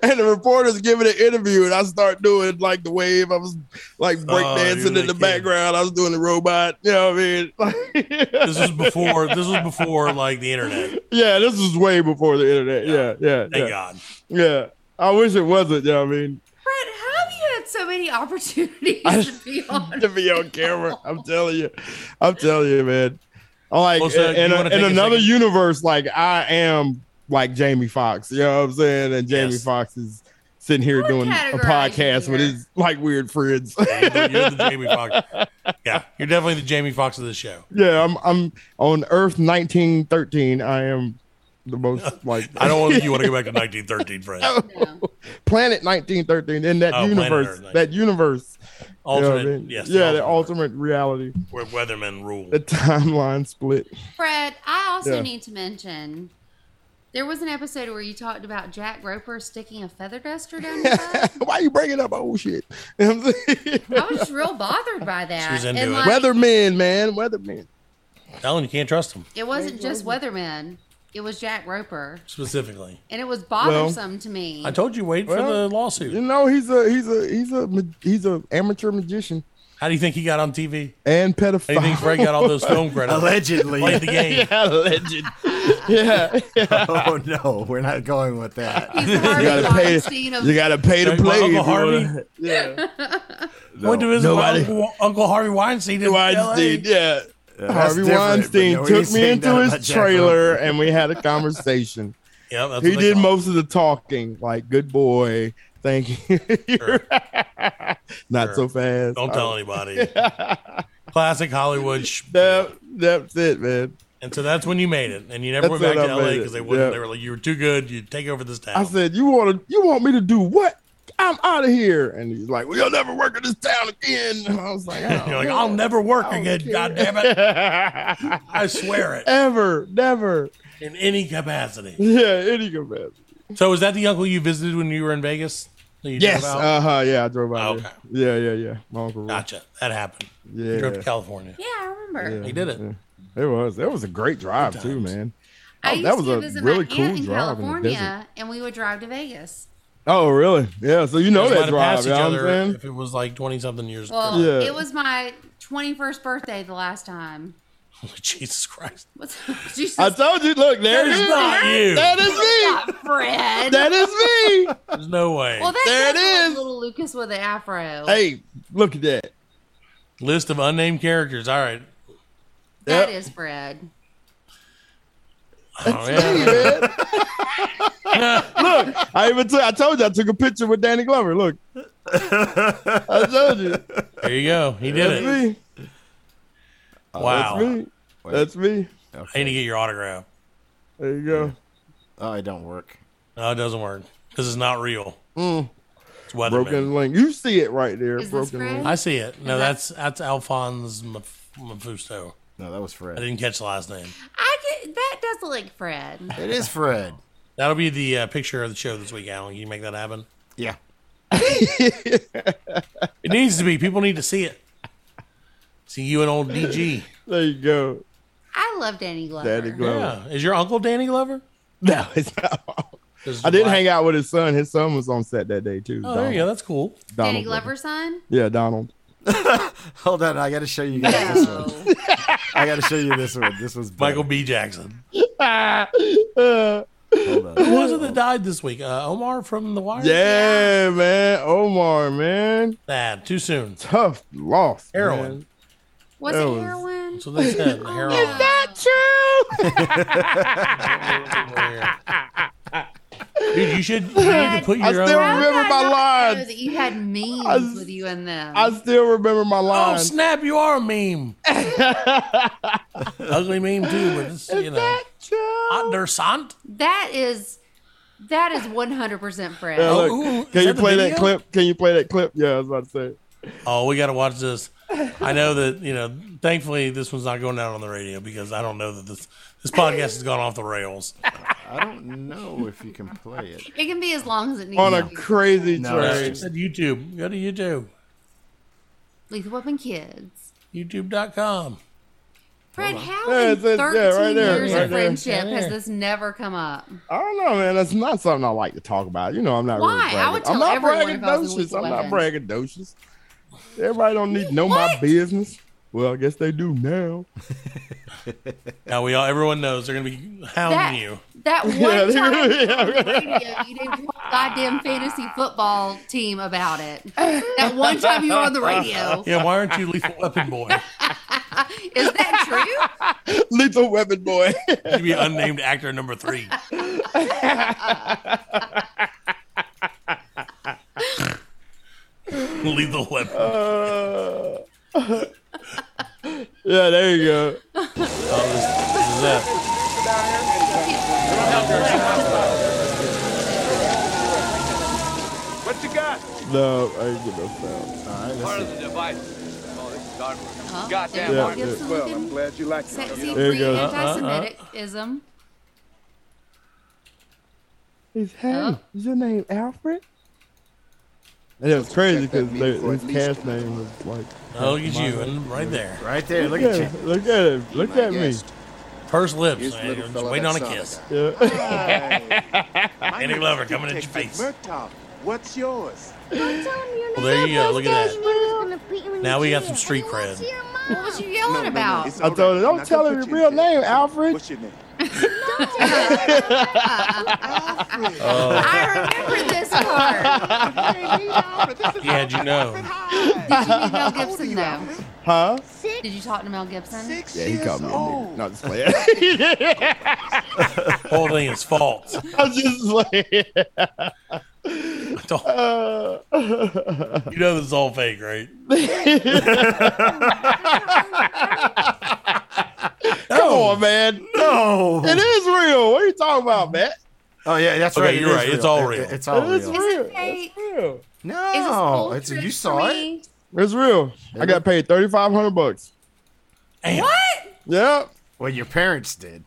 G: and the reporter's giving an interview, and I start doing like the wave. I was like
E: you're
G: breakdancing
E: that
G: in the
E: kid.
G: background. I was doing the robot. You know what I mean?
E: this was before. This was before like the internet.
G: yeah, this was way before the internet. Yeah, yeah,
E: Thank
G: yeah,
E: God.
G: yeah. I wish it wasn't. You know what I mean?
F: Fred, how have you had so many opportunities
G: I-
F: to be on?
G: to be on camera. I'm telling you, I'm telling you, man. I'm like
E: Well, so
G: in,
E: you
G: in a-
E: wanna take
G: in
E: a
G: another
E: second-
G: universe, like I am like Jamie Foxx. You know what I'm saying? And Jamie
E: Yes.
G: Foxx is sitting here
F: We're
G: doing a
F: categorizing
G: podcast with
F: here.
G: his like weird friends.
E: You're the Jamie Foxx. Yeah, you're definitely the Jamie Foxx of the show.
G: yeah, I'm I'm on Earth 1913. I am the most like
E: I don't think you want to go back to 1913, Fred.
F: No.
G: Planet 1913 in that
E: Oh, Planet
G: universe.
E: Earth,
G: That universe. you know what I
E: Alternate,
G: mean?
E: yes,
G: yeah, the
E: alternate,
G: ultimate reality.
E: where Weathermen rule.
G: The timeline split.
F: Fred, I also
G: Yeah.
F: need to mention there was an episode where you talked about Jack Roper sticking a feather duster down his butt.
G: Why you bringing up old shit? You know what I'm saying?
F: I was just real bothered by that.
E: was
F: and
E: into it.
F: like,
G: Weathermen, man, weathermen.
E: Tell him you can't trust him
F: it wasn't just Weatherman. It was Jack Roper.
E: specifically.
F: And it was bothersome to me.
E: I told you wait for
G: Well,
E: the lawsuit.
G: You know he's a he's a he's a ma- he's a amateur magician
E: How do you think he got on TV?
G: and
E: How do you think
G: pedophile.
E: Fred got all those film credits?
H: Allegedly.
E: Played the game.
G: Yeah, legend. yeah, you
H: oh no, we're not going with that.
F: He's the Harvey
G: gotta pay.
F: Weinstein of
G: You gotta pay to
E: Like my
G: play.
E: Uncle
G: if you wanna-
E: Harvey?
G: Yeah,
E: What do is
G: nobody-
E: Uncle, Uncle Harvey Weinstein? did in
G: Weinstein.
E: LA?
G: Yeah. Harvey
H: different,
G: Weinstein
H: but no, we ain't
G: took me
H: saying that
G: into
H: about
G: his
H: Jack
G: trailer and we had a conversation.
E: Yeah, that's
G: he
E: what they
G: did
E: call it.
G: most of the talking, like "Good boy, thank you."
E: Sure.
G: Not
E: Sure.
G: so fast.
E: Don't tell anybody. Classic Hollywood. Sh-
G: That, that's it, man.
E: and so that's when you made it, and you never
G: That's
E: went back to
G: when I
E: LA
G: made it.
E: because they wouldn't.
G: Yeah.
E: They were like, "You were too good. You take over this town."
G: I said, "You want to? You want me to do what? I'm out of here." And he's like, "Well, you'll never work in this town again." And I was like, oh,
E: You're like, "I'll never work again. God damn it!
G: it,
E: I swear it
G: ever, never."
E: in any capacity."
G: Yeah, any good
E: So, is that the uncle you visited when you were in Vegas? that you drove
G: Yes.
E: out?
G: Uh huh. Yeah, I drove out.
E: Okay.
G: Yeah, yeah, yeah. My uncle. Roy.
E: gotcha. That happened. You drove to
G: Yeah, Mm-hmm.
E: California.
F: Yeah, I remember.
E: He did it.
G: it was. That was a great drive too, man.
F: I
G: Oh,
F: used
G: that was
F: to
G: a
F: visit
G: really
F: my
G: cool
F: aunt in
G: drive in the
F: California,
G: desert.
F: and we would drive to Vegas.
G: Oh, really? Yeah. So you know
E: We might
G: that
E: have
G: drive.
E: passed
G: You
E: each
G: know what
E: other
G: I'm saying?
E: if it was like twenty something years.
F: Well,
E: ago.
G: Yeah.
F: it was my 21st birthday the last time.
E: Jesus Christ!
F: What's Jesus?
G: I told you. Look, there
E: It's
G: it is.
E: not you.
G: That is me.
F: Stop, Fred.
G: That is me.
E: There's no way.
F: well, that
G: there
F: does
G: it
F: look like
G: is.
F: Little Lucas with an afro.
G: Hey, look at that.
E: List of unnamed characters. All right.
F: That
G: yep.
F: is Fred.
E: Oh, yeah.
G: Look, I even t- I told you I took a picture with Danny Glover. Look, I told you.
E: There you go. He did
G: That's
E: it.
G: me.
E: Wow.
G: That's me. That's me.
E: I need to get your autograph.
G: There you go.
H: Oh, it don't work.
E: No, it doesn't work. This is not real. It's Weatherman.
G: Mm. Broken link. You see it right there.
F: Is this
G: Broken link.
F: Fred?
E: I see it. No, that's that's Alphonse Mef- Mephusto.
H: No, that was
E: I
H: Fred.
E: didn't catch the last name.
F: I get, that does look like Fred.
H: It is Fred.
E: That'll be the uh, picture of the show this week, Alan. Can you make that happen?
H: Yeah.
E: It needs to be. People need to see it. See you and old DG.
G: There you go.
F: I love Danny Glover.
G: Daddy Glover.
E: Yeah. Is your uncle Danny Glover?
G: No, it's not. I did hang out with his son. His son was on set that day too.
E: Oh, there you go. That's cool.
G: Donald
F: Danny Glover's son?
G: Yeah, Donald.
H: Hold on, I got to show you guys this one.
F: No.
H: I got to show you this one. This was better.
E: Michael B. Jackson.
G: Uh,
H: Hold on.
E: Who was it that died this week? Uh, Omar from The Wire?
G: yeah, man. Omar, man.
E: Nah, too soon.
G: Tough loss.
E: Heroin.
G: man.
F: Was
G: That
F: it
G: was-
F: heroin?
E: So they said the heroin.
F: Is that
E: Dude, you should you need to put
G: I
E: your
G: still
E: own.
F: How did
G: remember
F: I
G: my
F: not know
G: lines.
F: That you had memes
G: I-
F: with you and them.
G: I still remember my
E: Oh
G: lines.
E: snap! You are a meme. Ugly meme too, but it's, you know. Understand?
F: that is that is one hundred percent Fred.
G: Yeah, look,
E: Oh, ooh, is
G: can you
E: that the
G: play that
E: video?
G: clip? Can you play that clip? Yeah, I was about to say.
E: Oh, we got to watch this. I know that you know. Thankfully, this one's not going out on the radio because I don't know that this this podcast has gone off the rails.
H: I don't know if you can play it.
F: It can be as long as it needs.
G: On
F: to
G: a
F: be.
G: crazy
H: No,
E: It's
G: train.
E: just at YouTube. Go to YouTube.
F: Lethal Weapon Kids.
E: YouTube.com.
F: Fred, how
G: Yeah,
F: in
G: it's- it's-
F: thirteen
G: yeah, right there,
F: years
E: right
F: of
E: there.
F: friendship
E: Yeah.
F: has this never come up?
G: I don't know, man. That's not something I like to talk about. You know, I'm not
F: Why?
G: really.
F: I
G: Bragging.
F: would
G: I'm
F: tell
G: not
F: everyone if I was in
G: braggadocious. I'm not
F: Weekend.
G: braggadocious. Everybody don't need to know my business. Well, I guess they do now.
E: Now we all everyone knows they're gonna be hounding you.
F: That that one
G: Yeah, they-
F: time
G: yeah.
F: radio, you didn't call a goddamn fantasy football team about it. That one time you were on the radio.
E: Yeah, why aren't you lethal weapon boy?
F: Is that true?
G: Lethal Weapon boy.
E: You'd be unnamed actor number three. lethal weapon.
G: Uh, yeah, there you go.
E: Oh, this, this is it.
B: What you got?
G: No, I didn't get no sound.
I: Part of the device. Oh, this is hardware.
F: Oh,
I: Goddamn
F: Daryl
G: hard.
F: Gibson
B: Well,
F: looking
B: I'm glad you like it.
F: Sexy
G: There you
F: free
G: go.
F: anti-Semitic-ism.
G: He's hey,
F: Oh.
G: is your name Alfred? And it was crazy
B: check that meat
G: because
B: for
G: his
B: at least-
G: cast name was like.
E: Oh, look at you, and right there,
H: Right there, look
G: Yeah,
H: at you.
G: look at him. Look at me.
B: guest.
E: first lips.
B: Here's the
E: Man,
B: little
E: just
B: fella
E: waiting
B: that
E: on a
B: saw
E: kiss.
G: Yeah.
E: Danny Glover coming in your face. Well,
B: Murtaugh, what's yours?
E: there you go. Look at that. Now we got some street cred.
F: What was you yelling about?
G: I told her, don't tell her your real name, Alfred.
B: What's your name?
E: Oh.
F: I remember this part.
E: Yeah, did you know?
F: Did you meet Mel Gibson though?
G: Huh?
F: Did you talk to Mel Gibson?
B: Six
G: Yeah, he
B: years
G: called me a nigga.
B: old.
G: No, I'm just playing.
E: Whole thing is false.
G: I'm just playing.
E: It's all-
G: Uh,
E: You know this is all fake, right?
G: Come on, man.
H: No.
G: It is real. What are you talking about, man?
H: Oh yeah, that's
E: Okay,
H: right. it
E: you're
H: is
E: right, it's all real.
H: It- it's all
G: It is
H: real.
G: real.
F: fake?
G: It's real.
F: Is this
G: Oh,
H: No,
F: old
H: it's
F: trick
H: you
F: for
H: saw it.
F: me?
G: It's real. I got paid thirty five hundred bucks.
E: Damn.
G: Yep.
H: Well, your parents did.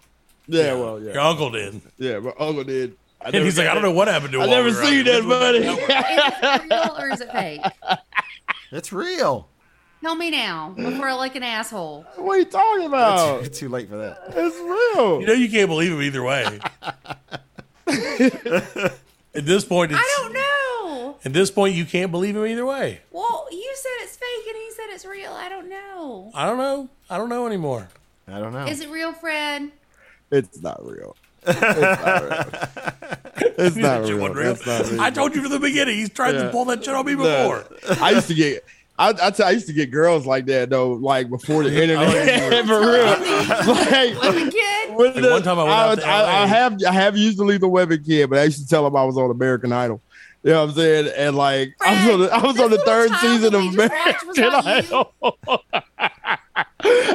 G: Yeah, well,
E: Your
G: yeah,
E: uncle did.
G: yeah. My uncle did. I
E: And he's like, I don't know what happened to
G: I
E: him.
G: never seen that, buddy.
F: Is it real or is it fake?
H: It's real.
F: Tell me now before I like an asshole.
G: what are you talking about?
H: It's too late for that.
G: It's real.
E: You know you can't believe him either way. at this point, it's,
F: I don't know.
E: at this point you can't believe him either way.
F: Well, you said it's fake and he said it's real. I don't know.
E: I don't know. I don't know anymore.
H: I don't know.
F: Is it real, Fred?
G: It's not real. It's not
E: That shit
G: real.
E: wasn't
G: It's not real.
E: I told you from the beginning. He's tried to
G: Yeah.
E: pull that shit on me
G: No.
E: before.
G: I used to get. I, I, t- I used to get girls like that though, like before the internet, for real. Like,
F: The kid?
G: When
E: Like,
G: the-
E: one time I went out to
G: I,
E: LA.
G: I have I have used the lethal weapon kid, but I used to tell him I was on American Idol. You know what I'm saying? And like I was on the, I was
F: This
G: on the
F: little
G: third
F: child
G: season
F: that
G: of
F: we just watched was
G: American
F: on
G: Idol.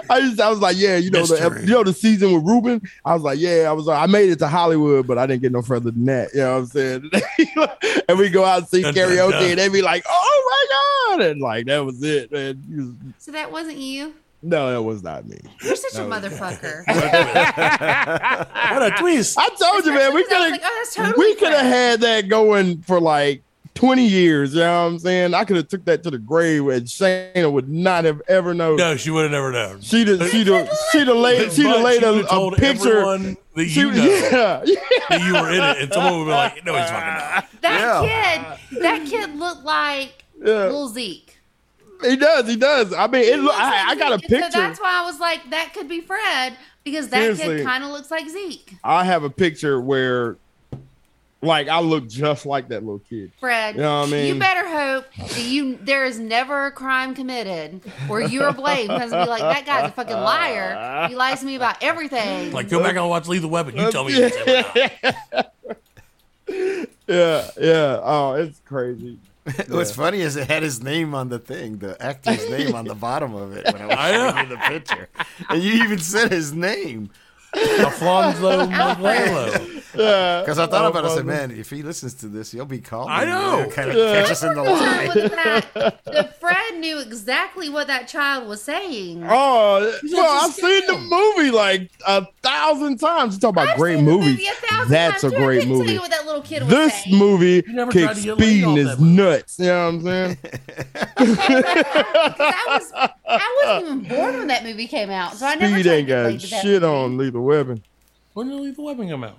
G: I used I was like, yeah, you know the
E: Mystery.
G: you know the season with Ruben. I was like, yeah, I was like, I made it to Hollywood, but I didn't get no further than that. You know what I'm saying? and we go out and see
E: Dun, dun,
G: karaoke,
E: dun.
G: and they be like, oh my god, and like that was it, man. You was-
F: So that wasn't you.
G: No, that was not me.
F: You're such a motherfucker.
E: What a twist.
G: I told you, man. We could
F: Especially 'cause I was
G: have
F: like, oh, that's totally
G: we could have
F: Fred.
G: had that going for like 20 years. You know what I'm saying? I could have took that to the grave, and Shana would not have ever known.
E: No, she would have never known.
G: She'd have she'd have she'd have laid
E: But
G: she'd have laid
E: would've
G: a, a
E: told
G: picture.
E: everyone that
G: She,
E: you know
G: yeah, yeah.
E: that you were in it, and someone would be like, "No, he's fucking not."
F: That kid, that kid looked like
G: Yeah.
F: Lil Zeke.
G: He does. He does. I mean,
F: He
G: it. Look,
F: looks
G: I,
F: like
G: I got a
F: Zeke, and
G: picture.
F: So that's why I was like, that could be Fred because that
G: Seriously.
F: kid kind of looks like Zeke.
G: I have a picture where, like, I look just like that little kid.
F: Fred,
G: You know what I mean?
F: you better hope that you there is never a crime committed or you're blamed because be like that guy's a fucking liar. He lies to me about everything.
E: Like, go back and watch *Lethal Weapon*. You tell me. if it's him or not.
G: Yeah, yeah. Oh, it's crazy.
H: What's funny is it had his name on the thing, the actor's name on the bottom of it when I was
E: I know.
H: showing you the picture, and you even said his name
E: Alfonso Manganiello.
H: because I thought
G: Oh,
H: about it. I said,
G: brother.
H: "Man, if he listens to this, he'll be calling."
E: I know.
H: kind of catch us in the
F: Time
H: lie.
F: with that, the Fred knew exactly what that child was saying.
G: Oh, bro,
F: just
G: I've seen the movie like a thousand times. You talk about
F: I've
G: great
F: seen the
G: movies.
F: movie a thousand
G: That's a
F: times, too. I
G: great
F: couldn't Tell
G: movie.
F: you what that little kid was
G: This
F: saying.
G: movie
E: never tried
G: kicks
E: to get laid
G: speeding
E: off
G: is
E: that movie.
G: nuts. You know what I'm saying?
F: 'Cause I was I wasn't even born when that movie came out, so I never
G: Speed
F: tried
G: ain't
F: to relate
G: got
F: to that
G: shit
F: movie.
G: on Lethal Weapon.
E: When did *Lethal Weapon* come out?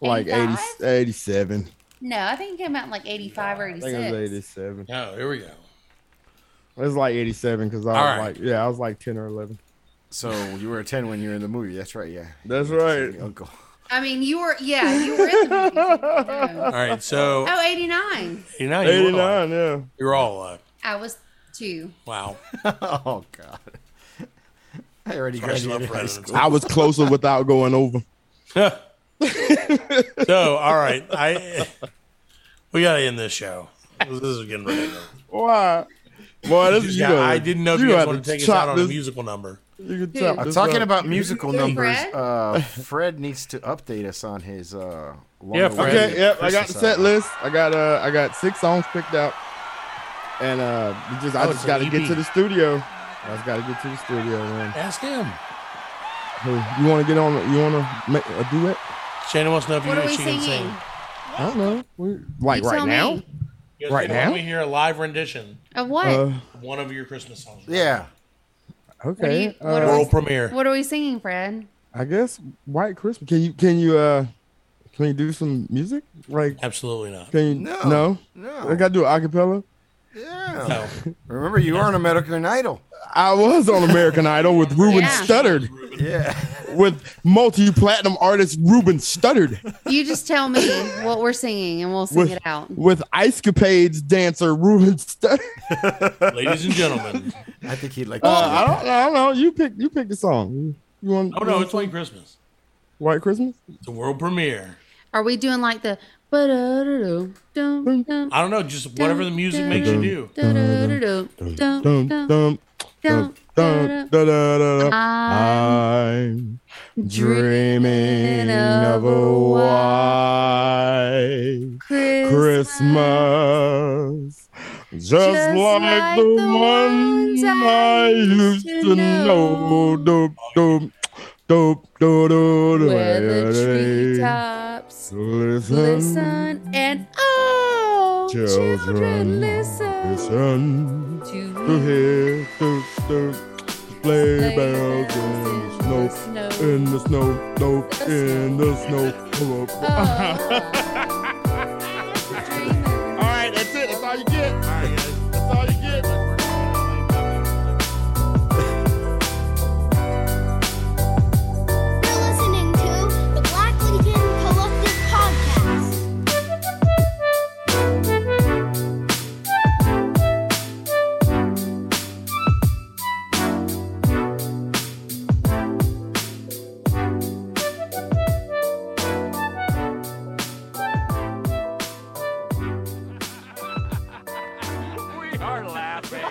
G: Like 80,
F: 85?
G: 87.
F: No, I think it came out in like eighty five or eighty
G: I think it was
F: six.
G: 87.
E: Oh, here we go.
G: It was like 87 because I was
E: All right.
G: like, yeah, I was like 10 or 11.
H: So you were a ten when you were in the movie. That's right. Yeah,
G: That's
H: Your
G: right.
H: uncle.
F: I mean, you were yeah, you were in the movie. so you know.
E: All right, so
F: Oh, 89.
E: 89, you were alive.
G: 89, yeah.
E: You're all alive.
F: I was two.
E: Wow.
H: Oh God. I already
E: Sorry, I
H: graduated
E: love
H: high
E: Presidents.
H: school.
G: I was closer without going over.
E: so, all right, I we gotta end this show. This is getting ridiculous.
G: Why? Boy, this is
E: Yeah,
G: you.
E: I didn't know if you, guys wanted to take us out on a
G: music.
E: musical number.
G: You can chop
F: I'm
H: I'm
G: this
H: talking
G: up.
H: about musical
F: Hey,
H: numbers.
F: Fred?
H: Uh, Fred needs to update us on his. Uh,
E: Yeah, Fred.
H: long-awaited
G: Okay, yep. I got the
H: Christmas
G: set
H: album.
G: list. I got uh, I got six songs picked out, and uh, we just I
E: Oh, it's
G: just
E: an
G: got to get
E: EP.
G: to the studio. I just got to get to the studio, man.
E: Ask him.
G: Hey, you want to get on? You uh, want to make a duet?
E: Shannon wants to know if you
F: What are
E: know
F: we
E: she can
F: singing?
E: sing.
G: I don't know. We, like
F: You
G: right
F: tell
G: now?
F: me.
E: Yes,
G: Right
E: Shannon, why don't
G: now?
E: we hear a live rendition
F: Of what?
G: Uh,
E: of one of your Christmas songs.
H: Yeah.
F: what, are
G: okay.
F: you, what,
G: uh,
F: are we,
E: World premiere.
F: what are we singing, Fred?
G: I guess White Christmas. Can you can you uh can you do some music? Like
E: Absolutely not.
G: can you
H: No.
G: no?
H: No.
G: I got to do acapella.
H: Yeah.
E: No.
H: Remember, you are an American Idol.
G: I was on American Idol with Ruben
F: Yeah.
G: Studdard,
H: Yeah.
G: with multi-platinum artist Ruben Studdard,
F: You just tell me what we're singing and we'll sing
G: with
F: it out.
G: with Ice Capades dancer Ruben Studdard.
E: Ladies and gentlemen.
H: I think he'd like
G: Uh,
H: to.
G: I
H: do that.
G: don't, I don't know. You pick. You pick the song. You want?
E: Oh no, it's White Christmas.
G: White Christmas.
E: It's a world premiere.
F: Are we doing like the. ba-da-da-dum, dum, dum,
E: I don't know, just whatever the music makes you do.
F: da-da-da-dum, dum,
G: Dum
F: dum,
G: dum
F: dum,
G: dum dum da
F: da-da.
G: da da. da.
F: I'm
G: I'm dreaming of a white Christmas, just, like, the ones I used to know. Dope, dope, dope, dope, dope,
F: Where the treetops listen and oh, children,
G: Children,
F: listen,
G: listen to
F: to
G: hear the, the sleigh bells in the
F: the
G: snow,
F: snow.
G: in the snow, dope, in the snow. Oh, oh, oh.
F: Oh.
G: All right, that's it. That's all you get. All right, guys. That's all you get.
J: You're listening to the Black Lincoln Collective Podcast.
K: We are laughing.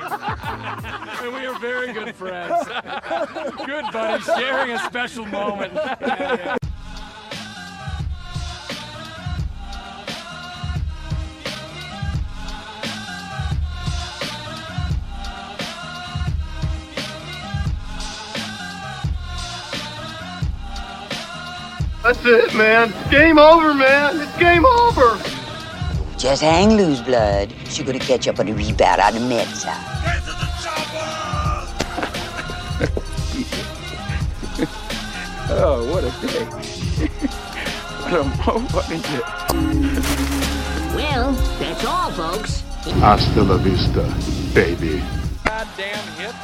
K: and we are very good friends. good buddies, sharing a special moment.
D: That's it, man. Game over, man. It's game over.
L: Just hang loose, blood. She's gonna catch up on the rebound on the Mets side.
M: Oh, what a day. what a motherfucking day.
L: Well, that's all, folks.
N: Hasta la vista, baby.
K: Goddamn hip.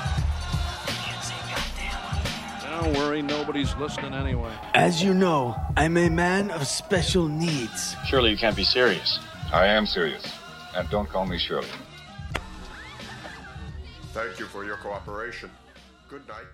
K: Don't worry, nobody's listening anyway.
O: As you know, I'm a man of special needs.
P: Surely you can't be serious.
Q: I am serious. And don't call me Shirley. Thank you for your cooperation. Good night.